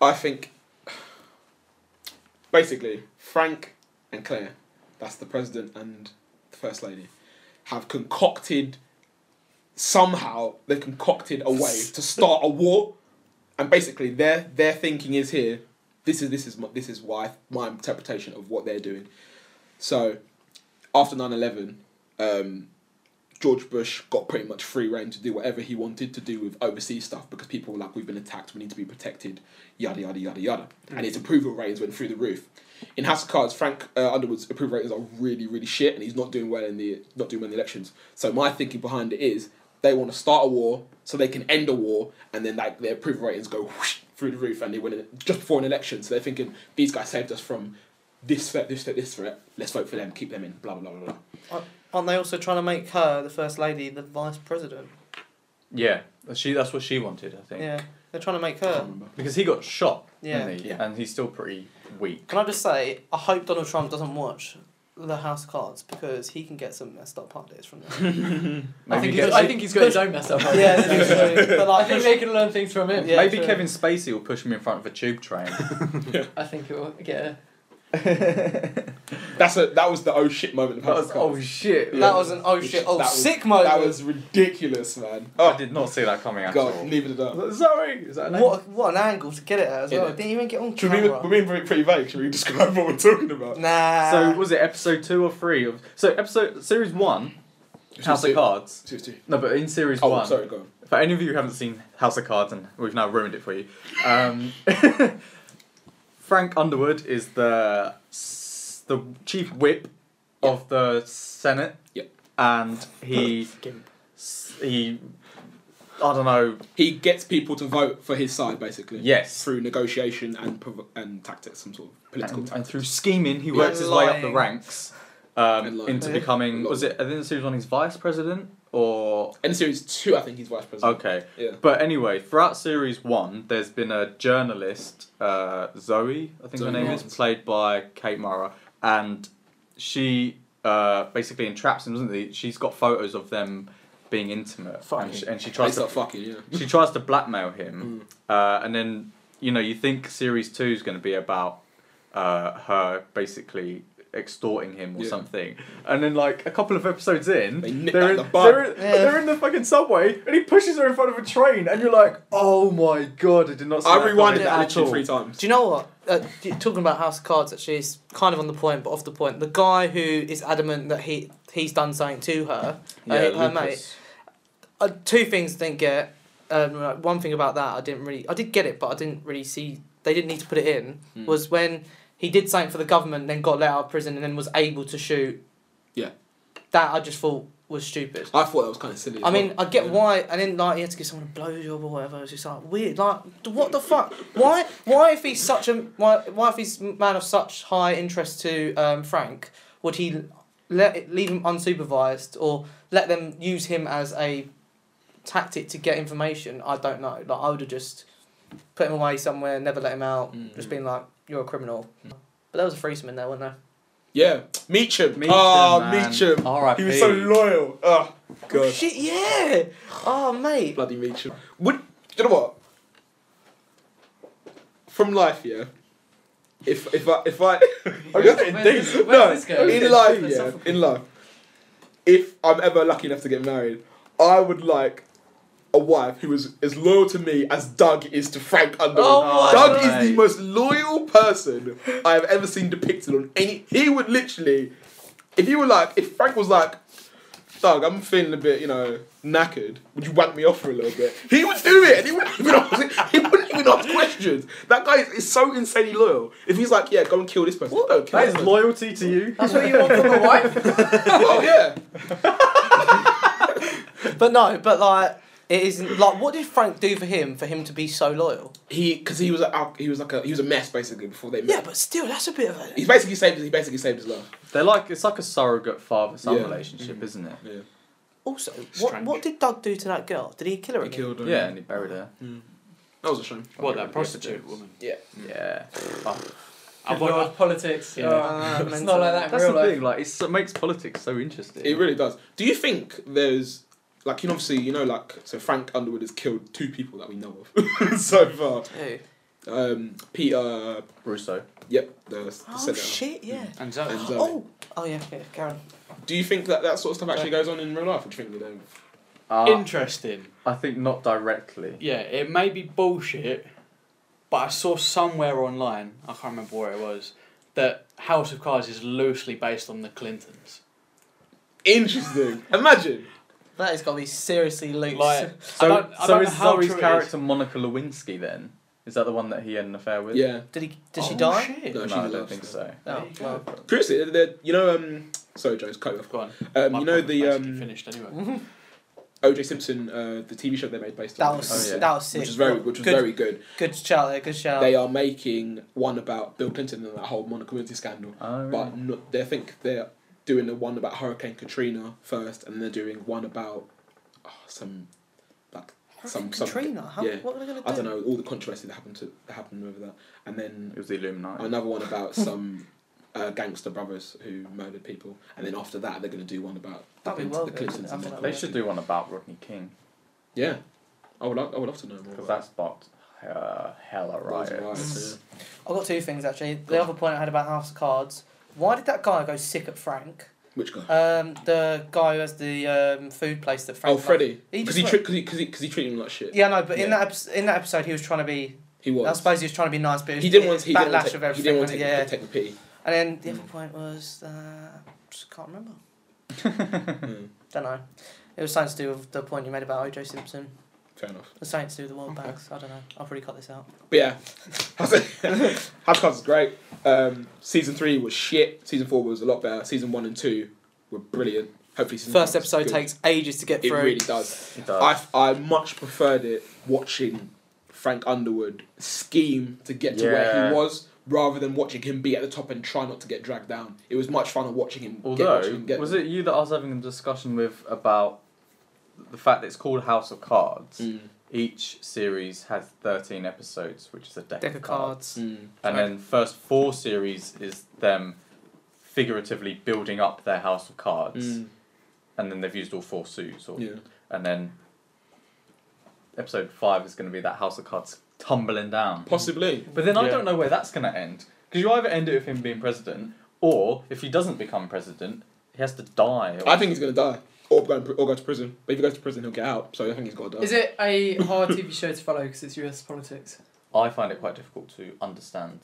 S4: I think. Basically, Frank and Claire, that's the president and the first lady, have concocted. Somehow they've concocted a way to start a war, and basically their their thinking is here. This is this is my, this is why my interpretation of what they're doing. So, after 9-11, um, George Bush got pretty much free reign to do whatever he wanted to do with overseas stuff because people were like, we've been attacked, we need to be protected, yada, yada, yada, yada. And his approval ratings went through the roof. In House of Cards, Frank uh, Underwood's approval ratings are really, really shit and he's not doing well in the, not doing well in the elections. So my thinking behind it is they want to start a war so they can end a war and then like their approval ratings go whoosh through the roof and they win it just before an election. So they're thinking, these guys saved us from this threat, this threat, this threat, let's vote for them, keep them in, blah, blah, blah, blah, blah.
S5: Aren't they also trying to make her the first lady, the vice president?
S1: Yeah, she. That's what she wanted, I think.
S5: Yeah, they're trying to make
S4: I can't
S5: her.
S4: remember.
S1: Because he got shot,
S5: Yeah.
S1: didn't he?
S4: Yeah.
S1: And he's still pretty weak.
S5: Can I just say, I hope Donald Trump doesn't watch the House of Cards because he can get some messed up ideas from that.
S3: I
S1: Maybe
S3: think,
S1: get-
S3: he's, I think he's got his own mess up.
S5: yeah, I think so. but
S3: <laughs> I
S5: like,
S3: think they can learn things from him.
S5: Yeah,
S1: maybe
S5: true.
S1: Kevin Spacey will push him in front of a tube train.
S3: I think it will get. A,
S4: That's a that was the oh shit moment. Of
S1: That was-
S4: House of
S1: oh
S4: Cards.
S1: shit!
S5: that was an oh shit, oh
S4: That was-
S5: sick moment.
S4: That was ridiculous, man.
S1: I
S4: Oh
S1: did not see that coming at
S4: god, neither did I.
S1: all. Sorry, is that a name?
S5: What what an angle to get it at as
S4: Yeah.
S5: well. Didn't even get on
S4: Should we,
S5: camera.
S4: we're being pretty, pretty vague. Should we describe what we're talking about?
S5: Nah.
S1: So was it episode two or three of? So episode series one, House of Cards.
S4: Two, two.
S1: No, but in series
S4: Oh,
S1: one.
S4: sorry, go. on.
S1: For any of you who haven't seen House of Cards, and we've now ruined it for you, <laughs> um, Frank Underwood is the s- the chief whip of the Senate.
S4: Yep.
S1: And
S4: <laughs>
S1: he s- he I don't know.
S4: He gets people to vote for his side basically.
S1: Yes.
S4: Through negotiation and prov- and tactics, some sort of political
S1: And, and
S4: tactics.
S1: through scheming, he works his way up the
S5: lying.
S1: ranks
S4: And
S1: um,
S4: lying.
S1: into
S5: Yeah.
S1: becoming. Was it? I think the series one. He's vice president or
S4: In series two, I think he's vice president.
S1: okay.
S4: Yeah.
S1: But anyway, throughout series one, there's been a journalist, uh, Zoe, I think
S4: Zoe
S1: her name is,
S4: Martin.
S1: played by Kate Mara, and she uh, basically entraps him, doesn't she? She's got photos of them being intimate,
S2: Fucking-
S1: and she, and she
S4: They
S1: tries to
S4: start fucking yeah.
S1: she tries to blackmail him, uh, and then you know you think series two is going to be about uh, her basically extorting him or
S4: Yeah.
S1: something, and then like a couple of episodes in,
S4: They nip
S1: they're
S4: that
S1: in,
S4: in the bud.
S1: they're, in-
S5: Yeah.
S1: they're in the fucking subway, and he pushes her in front of a train, and you're like, oh my god, I did not. See
S4: I
S1: that
S4: rewinded
S1: coming
S4: that
S1: at
S4: literally
S1: all.
S4: three times.
S5: Do you know what? Uh, d- talking about House of Cards, actually, is kind of on the point, but off the point. The guy who is adamant that he he's done something to her, uh, her mate.
S1: Lucas.
S5: Uh, two things I didn't get. Um, like, one thing about that I didn't really, I did get it, but I didn't really see. They didn't need to put it in.
S4: Mm.
S5: Was when he did something for the government, then got let out of prison, and then was able to shoot.
S4: Yeah.
S5: That I just thought was stupid.
S4: I thought that was kind of silly. as
S5: I mean,
S4: well.
S5: I get
S4: Yeah.
S5: why, and then like he had to give someone a blowjob or whatever. It's just like weird. Like, d- what the fuck? Why? Why if he's such a why? Why if he's a man of such high interest to um, Frank, would he let it, leave him unsupervised or let them use him as a tactic to get information? I don't know. Like, I would have just put him away somewhere, never let him out. Just being like, you're a criminal. But there was a threesome in there, wasn't there?
S4: Yeah, Meacham.
S1: Meacham,
S4: oh,
S1: man.
S4: Meacham.
S1: R.I.P..
S4: He was so loyal. Oh,
S5: Oh,
S4: God.
S5: shit! Yeah. Oh mate.
S4: Bloody Meacham. Would you know what? From life, yeah. If if I if
S5: <laughs>
S4: I I'm just getting
S3: Where's
S4: things.
S3: this- where's
S4: No,
S3: this going?
S4: in life,
S3: Let's
S4: yeah,
S3: have a-
S4: in life. If I'm ever lucky enough to get married, I would like a wife who is as loyal to me as Doug is to Frank Underwood.
S5: Oh my
S4: Doug
S1: God.
S4: is the most loyal person I have ever seen depicted on any. He would literally, if you were like, if Frank was like, Doug, I'm feeling a bit, you know, knackered. Would you wank me off for a little bit? He would do it, and he wouldn't even ask. He wouldn't even ask questions. That guy is, is so insanely loyal. If he's like, yeah, go and kill this person. No, kill
S1: That
S4: this
S1: is
S4: person.
S1: loyalty to you.
S5: That's what you want from a wife.
S3: <laughs>
S4: Oh yeah.
S5: But no, but like it isn't like what did Frank do for him for him to be so loyal?
S4: He, because he was a, al- he was like a, he was a mess basically before they met.
S5: Yeah, but still, that's a bit of a.
S4: He's basically saved. He basically saved his life.
S1: They're like it's like a surrogate father-son
S4: Yeah.
S1: relationship, isn't it?
S4: Yeah.
S5: Also, what what did Doug do to that girl? Did he kill her?
S4: He
S5: again?
S4: killed. um,
S1: Yeah, and he buried her.
S4: That was a shame.
S2: What, that prostitute woman?
S1: Yeah.
S2: I
S3: Good lord,
S2: want,
S3: politics.
S2: Yeah.
S3: Oh, it's
S5: Ah, mental.
S3: not like that in
S1: That's the
S3: real life.
S1: thing. Like it's, it makes politics so interesting.
S4: It really does. Do you think there's like you know obviously you know like so Frank Underwood has killed two people that we know of <laughs> so far.
S5: Who?
S4: Um, Peter.
S1: Russo.
S4: Yep. The, the
S5: Oh
S4: senator.
S5: shit! Yeah.
S2: and Zoe. <sighs>
S4: And, uh,
S5: Oh. Oh yeah. Yeah. Karen.
S4: Do you think that that sort of stuff actually goes on in real life? Or do you think they don't?
S1: Uh,
S2: Interesting.
S1: I think not directly.
S2: Yeah, it may be bullshit, but I saw somewhere online, I can't remember where it was, that House of Cards is loosely based on the Clintons.
S4: Interesting. Imagine.
S5: That has got to be seriously loose.
S2: Like,
S1: So,
S2: I don't, I
S1: so
S2: don't
S1: is
S2: know how
S1: Zoe's
S2: true it
S1: character Monica Lewinsky then? Is that the one that he had an affair with?
S4: Yeah.
S5: did he? Did she
S2: Oh,
S5: die?
S2: shit.
S4: No,
S1: No,
S4: she's
S1: I
S4: alive
S1: don't think
S4: still.
S1: so.
S5: Oh, well.
S4: Curiously, they're, they're- you know. Um, sorry, Joe's cut you off.
S2: Go on.
S4: Um,
S2: My
S4: you know
S2: problem's
S4: the
S2: basically
S4: um,
S2: finished
S5: Mm.
S2: anyway.
S4: OJ Simpson, uh, the TV show they made based
S5: That
S4: on.
S5: was
S1: Oh, yeah.
S5: that was sick.
S4: Which is very, which was
S5: good,
S4: very good.
S5: Good shout there. Good shout.
S4: They are making one about Bill Clinton and that whole Monica Lewinsky scandal,
S1: Oh, really?
S4: but no, they think they're doing the one about Hurricane Katrina first, and they're doing one about oh, some like some some
S5: Katrina. How,
S4: yeah.
S5: What are they gonna do?
S4: I don't know all the controversy that happened to that happened over that, and then
S1: it was the Illuminati.
S4: another
S1: <laughs>
S4: one about some uh, gangster brothers who murdered people, and then after that they're going to do one about the,
S5: That'd be
S4: Clint-
S5: well
S4: the
S5: good.
S4: Clintons.
S5: I
S4: and
S5: think
S4: that.
S1: They should do one about Rodney King
S4: Yeah, I would love, I would love to know more.
S1: because
S4: about
S1: that sparked uh, hella
S4: those
S1: riots.
S4: riots,
S5: I've got two things actually. The other point I had about House of Cards. Why did that guy go sick at Frank?
S4: yeah. Which guy?
S5: Um, the guy who has the um, food place that Frank.
S4: oh, Freddy.
S5: He
S4: Because
S5: just
S4: he,
S5: went-
S4: tri- cause he, cause he, cause he treated him like shit.
S5: Yeah, no, but in
S4: Yeah.
S5: that episode, in that episode, he was trying to be.
S4: He was.
S5: I suppose he was trying to be nice, but it was,
S4: he didn't
S5: it
S4: want. He
S5: backlash
S4: didn't want to
S5: of
S4: take. He
S5: everything.
S4: didn't want to
S5: wasn't it?
S4: take,
S5: yeah.
S4: take
S1: <laughs>
S4: the pity.
S5: And then the other
S4: Mm.
S5: point was uh, just can't remember.
S4: Mm,
S5: Don't know. It was something to do with the point you made about OJ Simpson.
S4: fair enough.
S5: It was something to
S4: <laughs>
S5: do with the World Banks. I don't know. I'll probably cut this out.
S4: But yeah, House of Cards is great. Um, season three was shit. Season four was a lot better. Season one and two were brilliant. Hopefully, season
S5: First
S4: five is
S5: episode
S4: good.
S5: takes ages to get
S4: It
S5: through.
S4: really does.
S1: It does.
S4: I, I much preferred it watching Frank Underwood scheme to get to where
S1: Yeah.
S4: he was rather than watching him be at the top and try not to get dragged down. It was much fun watching him. get, watching
S1: Although,
S4: him get
S1: was it you that I was having a discussion with about the fact that it's called House of Cards?
S4: Mm,
S1: Each series has 13 episodes, which is a deck,
S5: Deck of cards.
S4: mm.
S1: And then first four series is them figuratively building up their House of Cards.
S4: Mm.
S1: And then they've used all four suits. Or,
S4: Yeah.
S1: And then episode five is going to be that House of Cards tumbling down.
S4: Possibly.
S1: But then I
S2: Yeah.
S1: don't know where that's going to end. Because you either end it with him being president, or if he doesn't become president, he has to die. Or
S4: I think he's going to die. Or go, or go to prison. But if he goes to prison, he'll get out. So I think he's got to die.
S3: Is it a hard TV show to follow because it's US politics?
S1: I find it quite difficult to understand.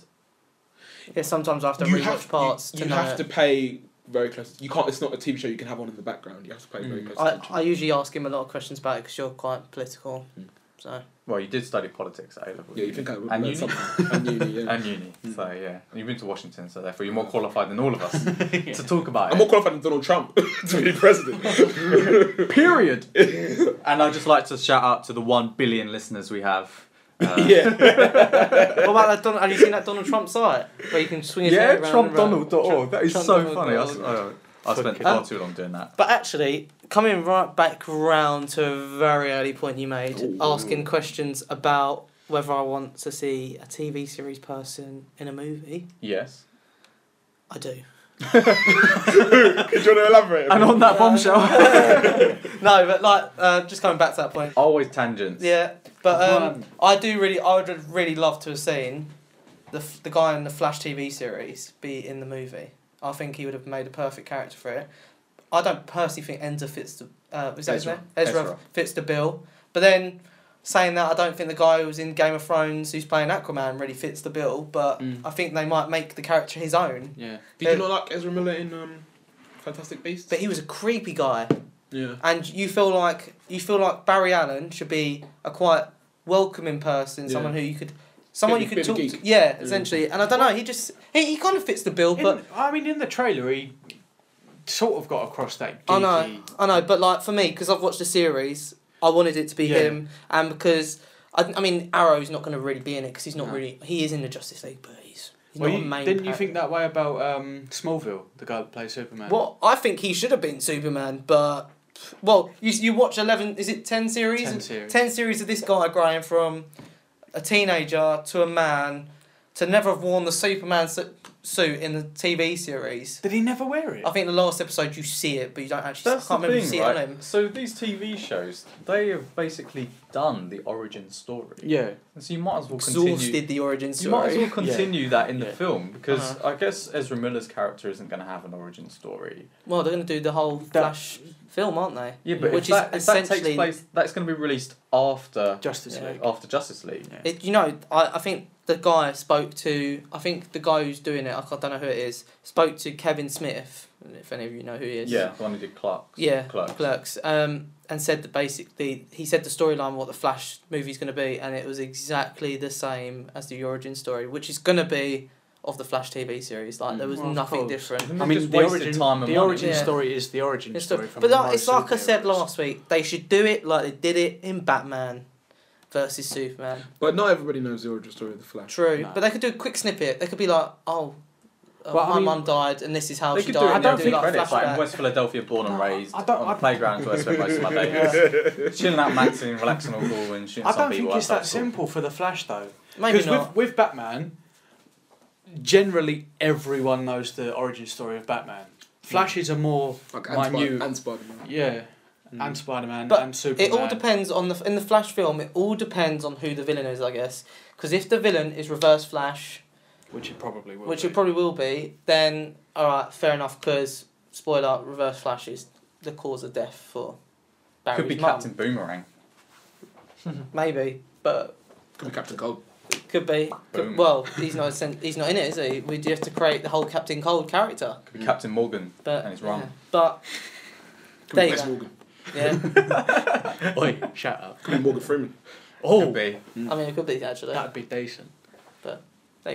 S5: Yeah, sometimes I have to
S4: You
S5: rewatch
S4: have-
S5: parts
S4: You,
S5: to
S4: you
S5: know.
S4: have
S5: it.
S4: to pay very close. You can't. It's not a TV show you can have on in the background. You have to pay very
S1: Mm.
S4: close
S5: I,
S4: attention.
S5: I usually ask him a lot of questions about it because you're quite political.
S4: Mm.
S5: So
S1: Well, you did study politics at A level.
S4: yeah, you think I would
S1: And
S4: learn
S1: uni. <laughs>
S4: something? and uni, yeah. Mm.
S1: and uni. So yeah, And you've been to Washington, so therefore you're more qualified than all of
S4: <laughs>
S1: us to talk about
S4: I'm more
S1: it.
S4: qualified than Donald Trump <laughs> to
S1: <laughs>
S4: be president. <laughs>
S1: Period. and I'd just like to shout out to the one billion listeners we have. Uh,
S4: <laughs> yeah.
S5: what about that? Donald, have you seen that Donald Trump site where you can swing his
S1: yeah,
S5: head around and around?
S1: TrumpDonald.org. That is
S5: Trump
S1: so
S5: Donald
S1: funny. I, s-
S5: dot
S1: oh, I spent
S2: Fucking-
S1: far too long doing that.
S5: But actually, coming right back round to a very early point you made, asking questions about whether I want to see a TV series person in a movie.
S1: Yes.
S5: I do.
S4: Do you want to elaborate?
S1: And on that bombshell,
S5: <laughs> No, but like, uh, just coming back to that point.
S1: <laughs> always tangents.
S5: Yeah, but um,
S2: One.
S5: I do really, I would really love to have seen the f- the guy in the Flash TV series be in the movie. I think he would have made a perfect character for it. I don't personally think Enza fits the uh, is that his
S4: Ezra.
S5: name? Ezra,
S1: Ezra.
S5: fits the bill. But then saying that, I don't think the guy who was in Game of Thrones who's playing Aquaman really fits the bill. But
S4: Mm.
S5: I think they might make the character his own.
S2: Yeah.
S4: Did you not like Ezra Miller in um, Fantastic Beasts?
S5: But he was a creepy guy.
S4: yeah.
S5: and you feel like you feel like Barry Allen should be a quite welcoming person,
S4: Yeah.
S5: someone who you could, someone
S4: Bit-
S5: you could
S4: bit of
S5: talk
S4: a
S5: to.
S4: geek.
S5: Yeah,
S4: Mm.
S5: essentially. And I don't know, he just he, he kind of fits the bill, but
S2: In, I mean, in the trailer, he sort of got across that. Geeky,
S5: I know, I know. But like for me, because I've watched the series, I wanted it to be
S2: Yeah.
S5: him, and because I, I mean Arrow's not going to really be in it because he's not
S2: No.
S5: really he is in the Justice League, but he's, he's
S2: Well,
S5: not
S2: you,
S5: a main.
S2: didn't you
S5: character.
S2: think that way about um, Smallville, the guy that plays Superman?
S5: Well, I think he should have been Superman, but well, you you watch eleven is it ten series?
S2: 10 series.
S5: 10 series of this guy growing from a teenager to a man to never have worn the Superman su- suit in the TV series.
S2: Did he never wear it?
S5: I think the last episode you see it, but you don't actually.
S1: That's
S5: I can't
S1: the
S5: remember
S1: thing,
S5: seeing
S1: right?
S5: it on him.
S1: So these TV shows, they have basically done the origin story.
S2: yeah.
S1: And So you might as well continue.
S5: Exhausted the origin
S1: You might as
S5: story.
S1: well continue that in the
S2: Yeah.
S1: film because
S5: Uh-huh.
S1: I guess Ezra Miller's character isn't going to have an origin story.
S5: Well, they're going to do the whole
S2: That-
S5: Flash film, aren't they?
S1: Yeah, but
S5: Which
S1: if, that,
S5: is
S1: if that takes
S5: essentially-
S1: place, that's going to be released after
S2: Justice
S5: Yeah.
S2: League.
S1: after Justice League.
S2: Yeah.
S5: It, you know, I, I think the guy spoke to, I think the guy who's doing it, I can't- don't know who it is, spoke to Kevin Smith, if any of you know who he is.
S1: Yeah, the one who did Clark's.
S5: Yeah,
S1: Clerks.
S5: Clerks. Um, and said that basically he said the storyline what the Flash movie's going to be, and it was exactly the same as the origin story, which is going to be of the Flash TV series. Like there was
S2: Mm. Well, of
S5: nothing
S2: course.
S5: different.
S1: Isn't
S2: I
S1: it
S2: mean,
S1: just
S2: the
S1: wasted
S2: origin,
S1: time and
S2: the
S1: money?
S2: origin
S5: Yeah.
S2: story is the origin
S5: It's
S2: story.
S5: the-
S2: from
S5: but
S2: the
S5: like, it's
S2: Marvel
S5: like I said
S2: superheroes.
S5: last week, they should do it like they did it in Batman versus Superman.
S4: But not everybody knows the origin story of the Flash.
S5: True,
S2: No.
S5: but they could do a quick snippet. They could be like, oh. uh,
S2: Well, I
S5: my
S2: mean-
S5: mum died, and this is how
S1: They
S5: she
S1: could
S5: died.
S1: do it. I
S5: and
S1: don't
S5: do,
S1: think
S5: like,
S1: credits. Like I'm
S5: flashback.
S1: West Philadelphia, born and
S2: No,
S1: raised
S2: I don't-
S1: on
S2: I-
S1: the playgrounds where I spent most of my
S4: <laughs>
S1: days, chilling out, maxing, relaxing all cool, and shooting
S2: I
S1: some
S2: don't
S1: people
S2: think it's
S1: outside
S2: that
S1: school.
S2: simple for the Flash though.
S5: Maybe
S2: Because
S5: not.
S2: with, with Batman, generally everyone knows the origin story of Batman. Flash is a more
S4: Like
S2: My
S4: and, Spider-
S2: new-
S4: and Spider-Man.
S2: yeah, and Spider Man
S5: But
S2: and Superman.
S5: It all depends on the in the Flash film. It all depends on who the villain is, I guess. Because if the villain is Reverse Flash,
S2: which it probably will.
S5: which
S2: be.
S5: it probably will be, then all right, fair enough. Because spoiler, Reverse Flash is the cause of death for Barry's
S1: Could be
S5: mum.
S1: Captain Boomerang.
S5: Maybe, but
S4: Could be Captain Cold.
S5: could be.
S1: Boom.
S5: Could, well, he's not sen- he's not in it, is he? We do have to create the whole Captain Cold character,
S1: Could be
S4: Mm.
S1: Captain Morgan
S5: but
S1: and his rum.
S5: yeah. but
S4: Could
S5: There
S4: be
S5: you
S4: Wes
S5: go.
S4: Morgan.
S5: yeah,
S2: Oi, shout out.
S4: Could be Morgan Freeman.
S1: Oh, could be.
S5: I mean it could be actually.
S2: That'd be decent.
S5: There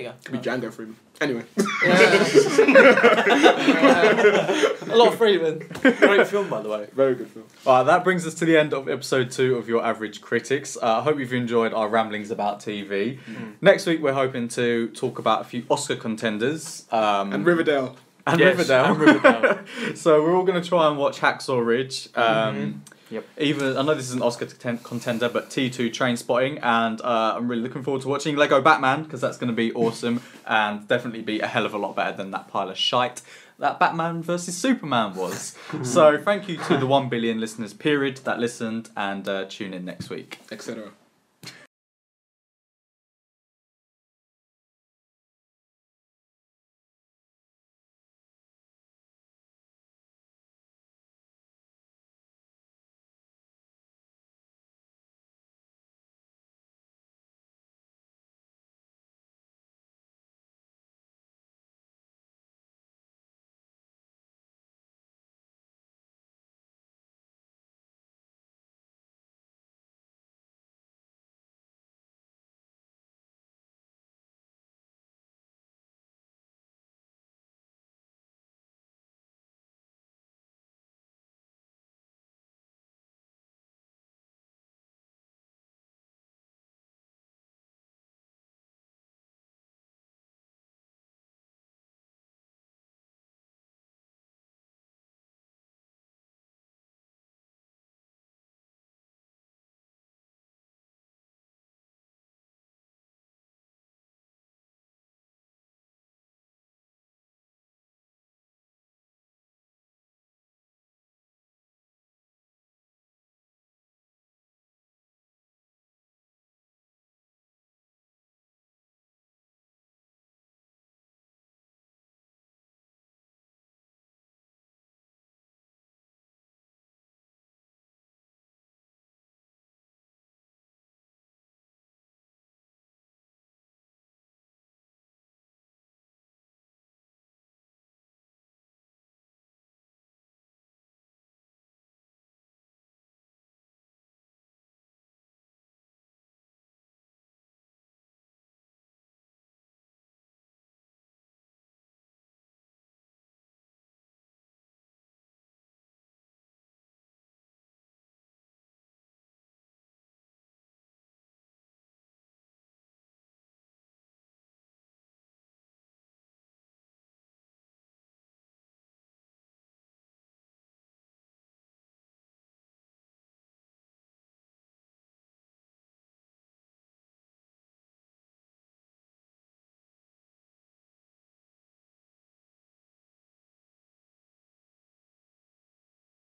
S5: you go.
S4: Could be Django for him. Anyway,
S5: <laughs> a lot of freedom.
S2: Great film, by the way.
S4: <laughs> very good film.
S1: Alright, Uh, that brings us to the end of episode two of Your Average Critics. Uh, I hope you've enjoyed our ramblings about TV. Next week, we're hoping to talk about a few Oscar contenders um,
S4: And Riverdale.
S1: and
S2: Yes,
S1: Riverdale.
S2: and
S1: <laughs>
S2: Riverdale.
S1: so we're all going to try and watch Hacksaw Ridge. Um,
S2: Yep.
S1: Even I know this is an Oscar conten- contender, but T two Train Spotting, and uh, I'm really looking forward to watching Lego Batman because that's going to be awesome and definitely be a hell of a lot better than that pile of shite that Batman versus Superman was. so thank you to the one billion listeners period that listened and uh, tune in next week.
S4: etc.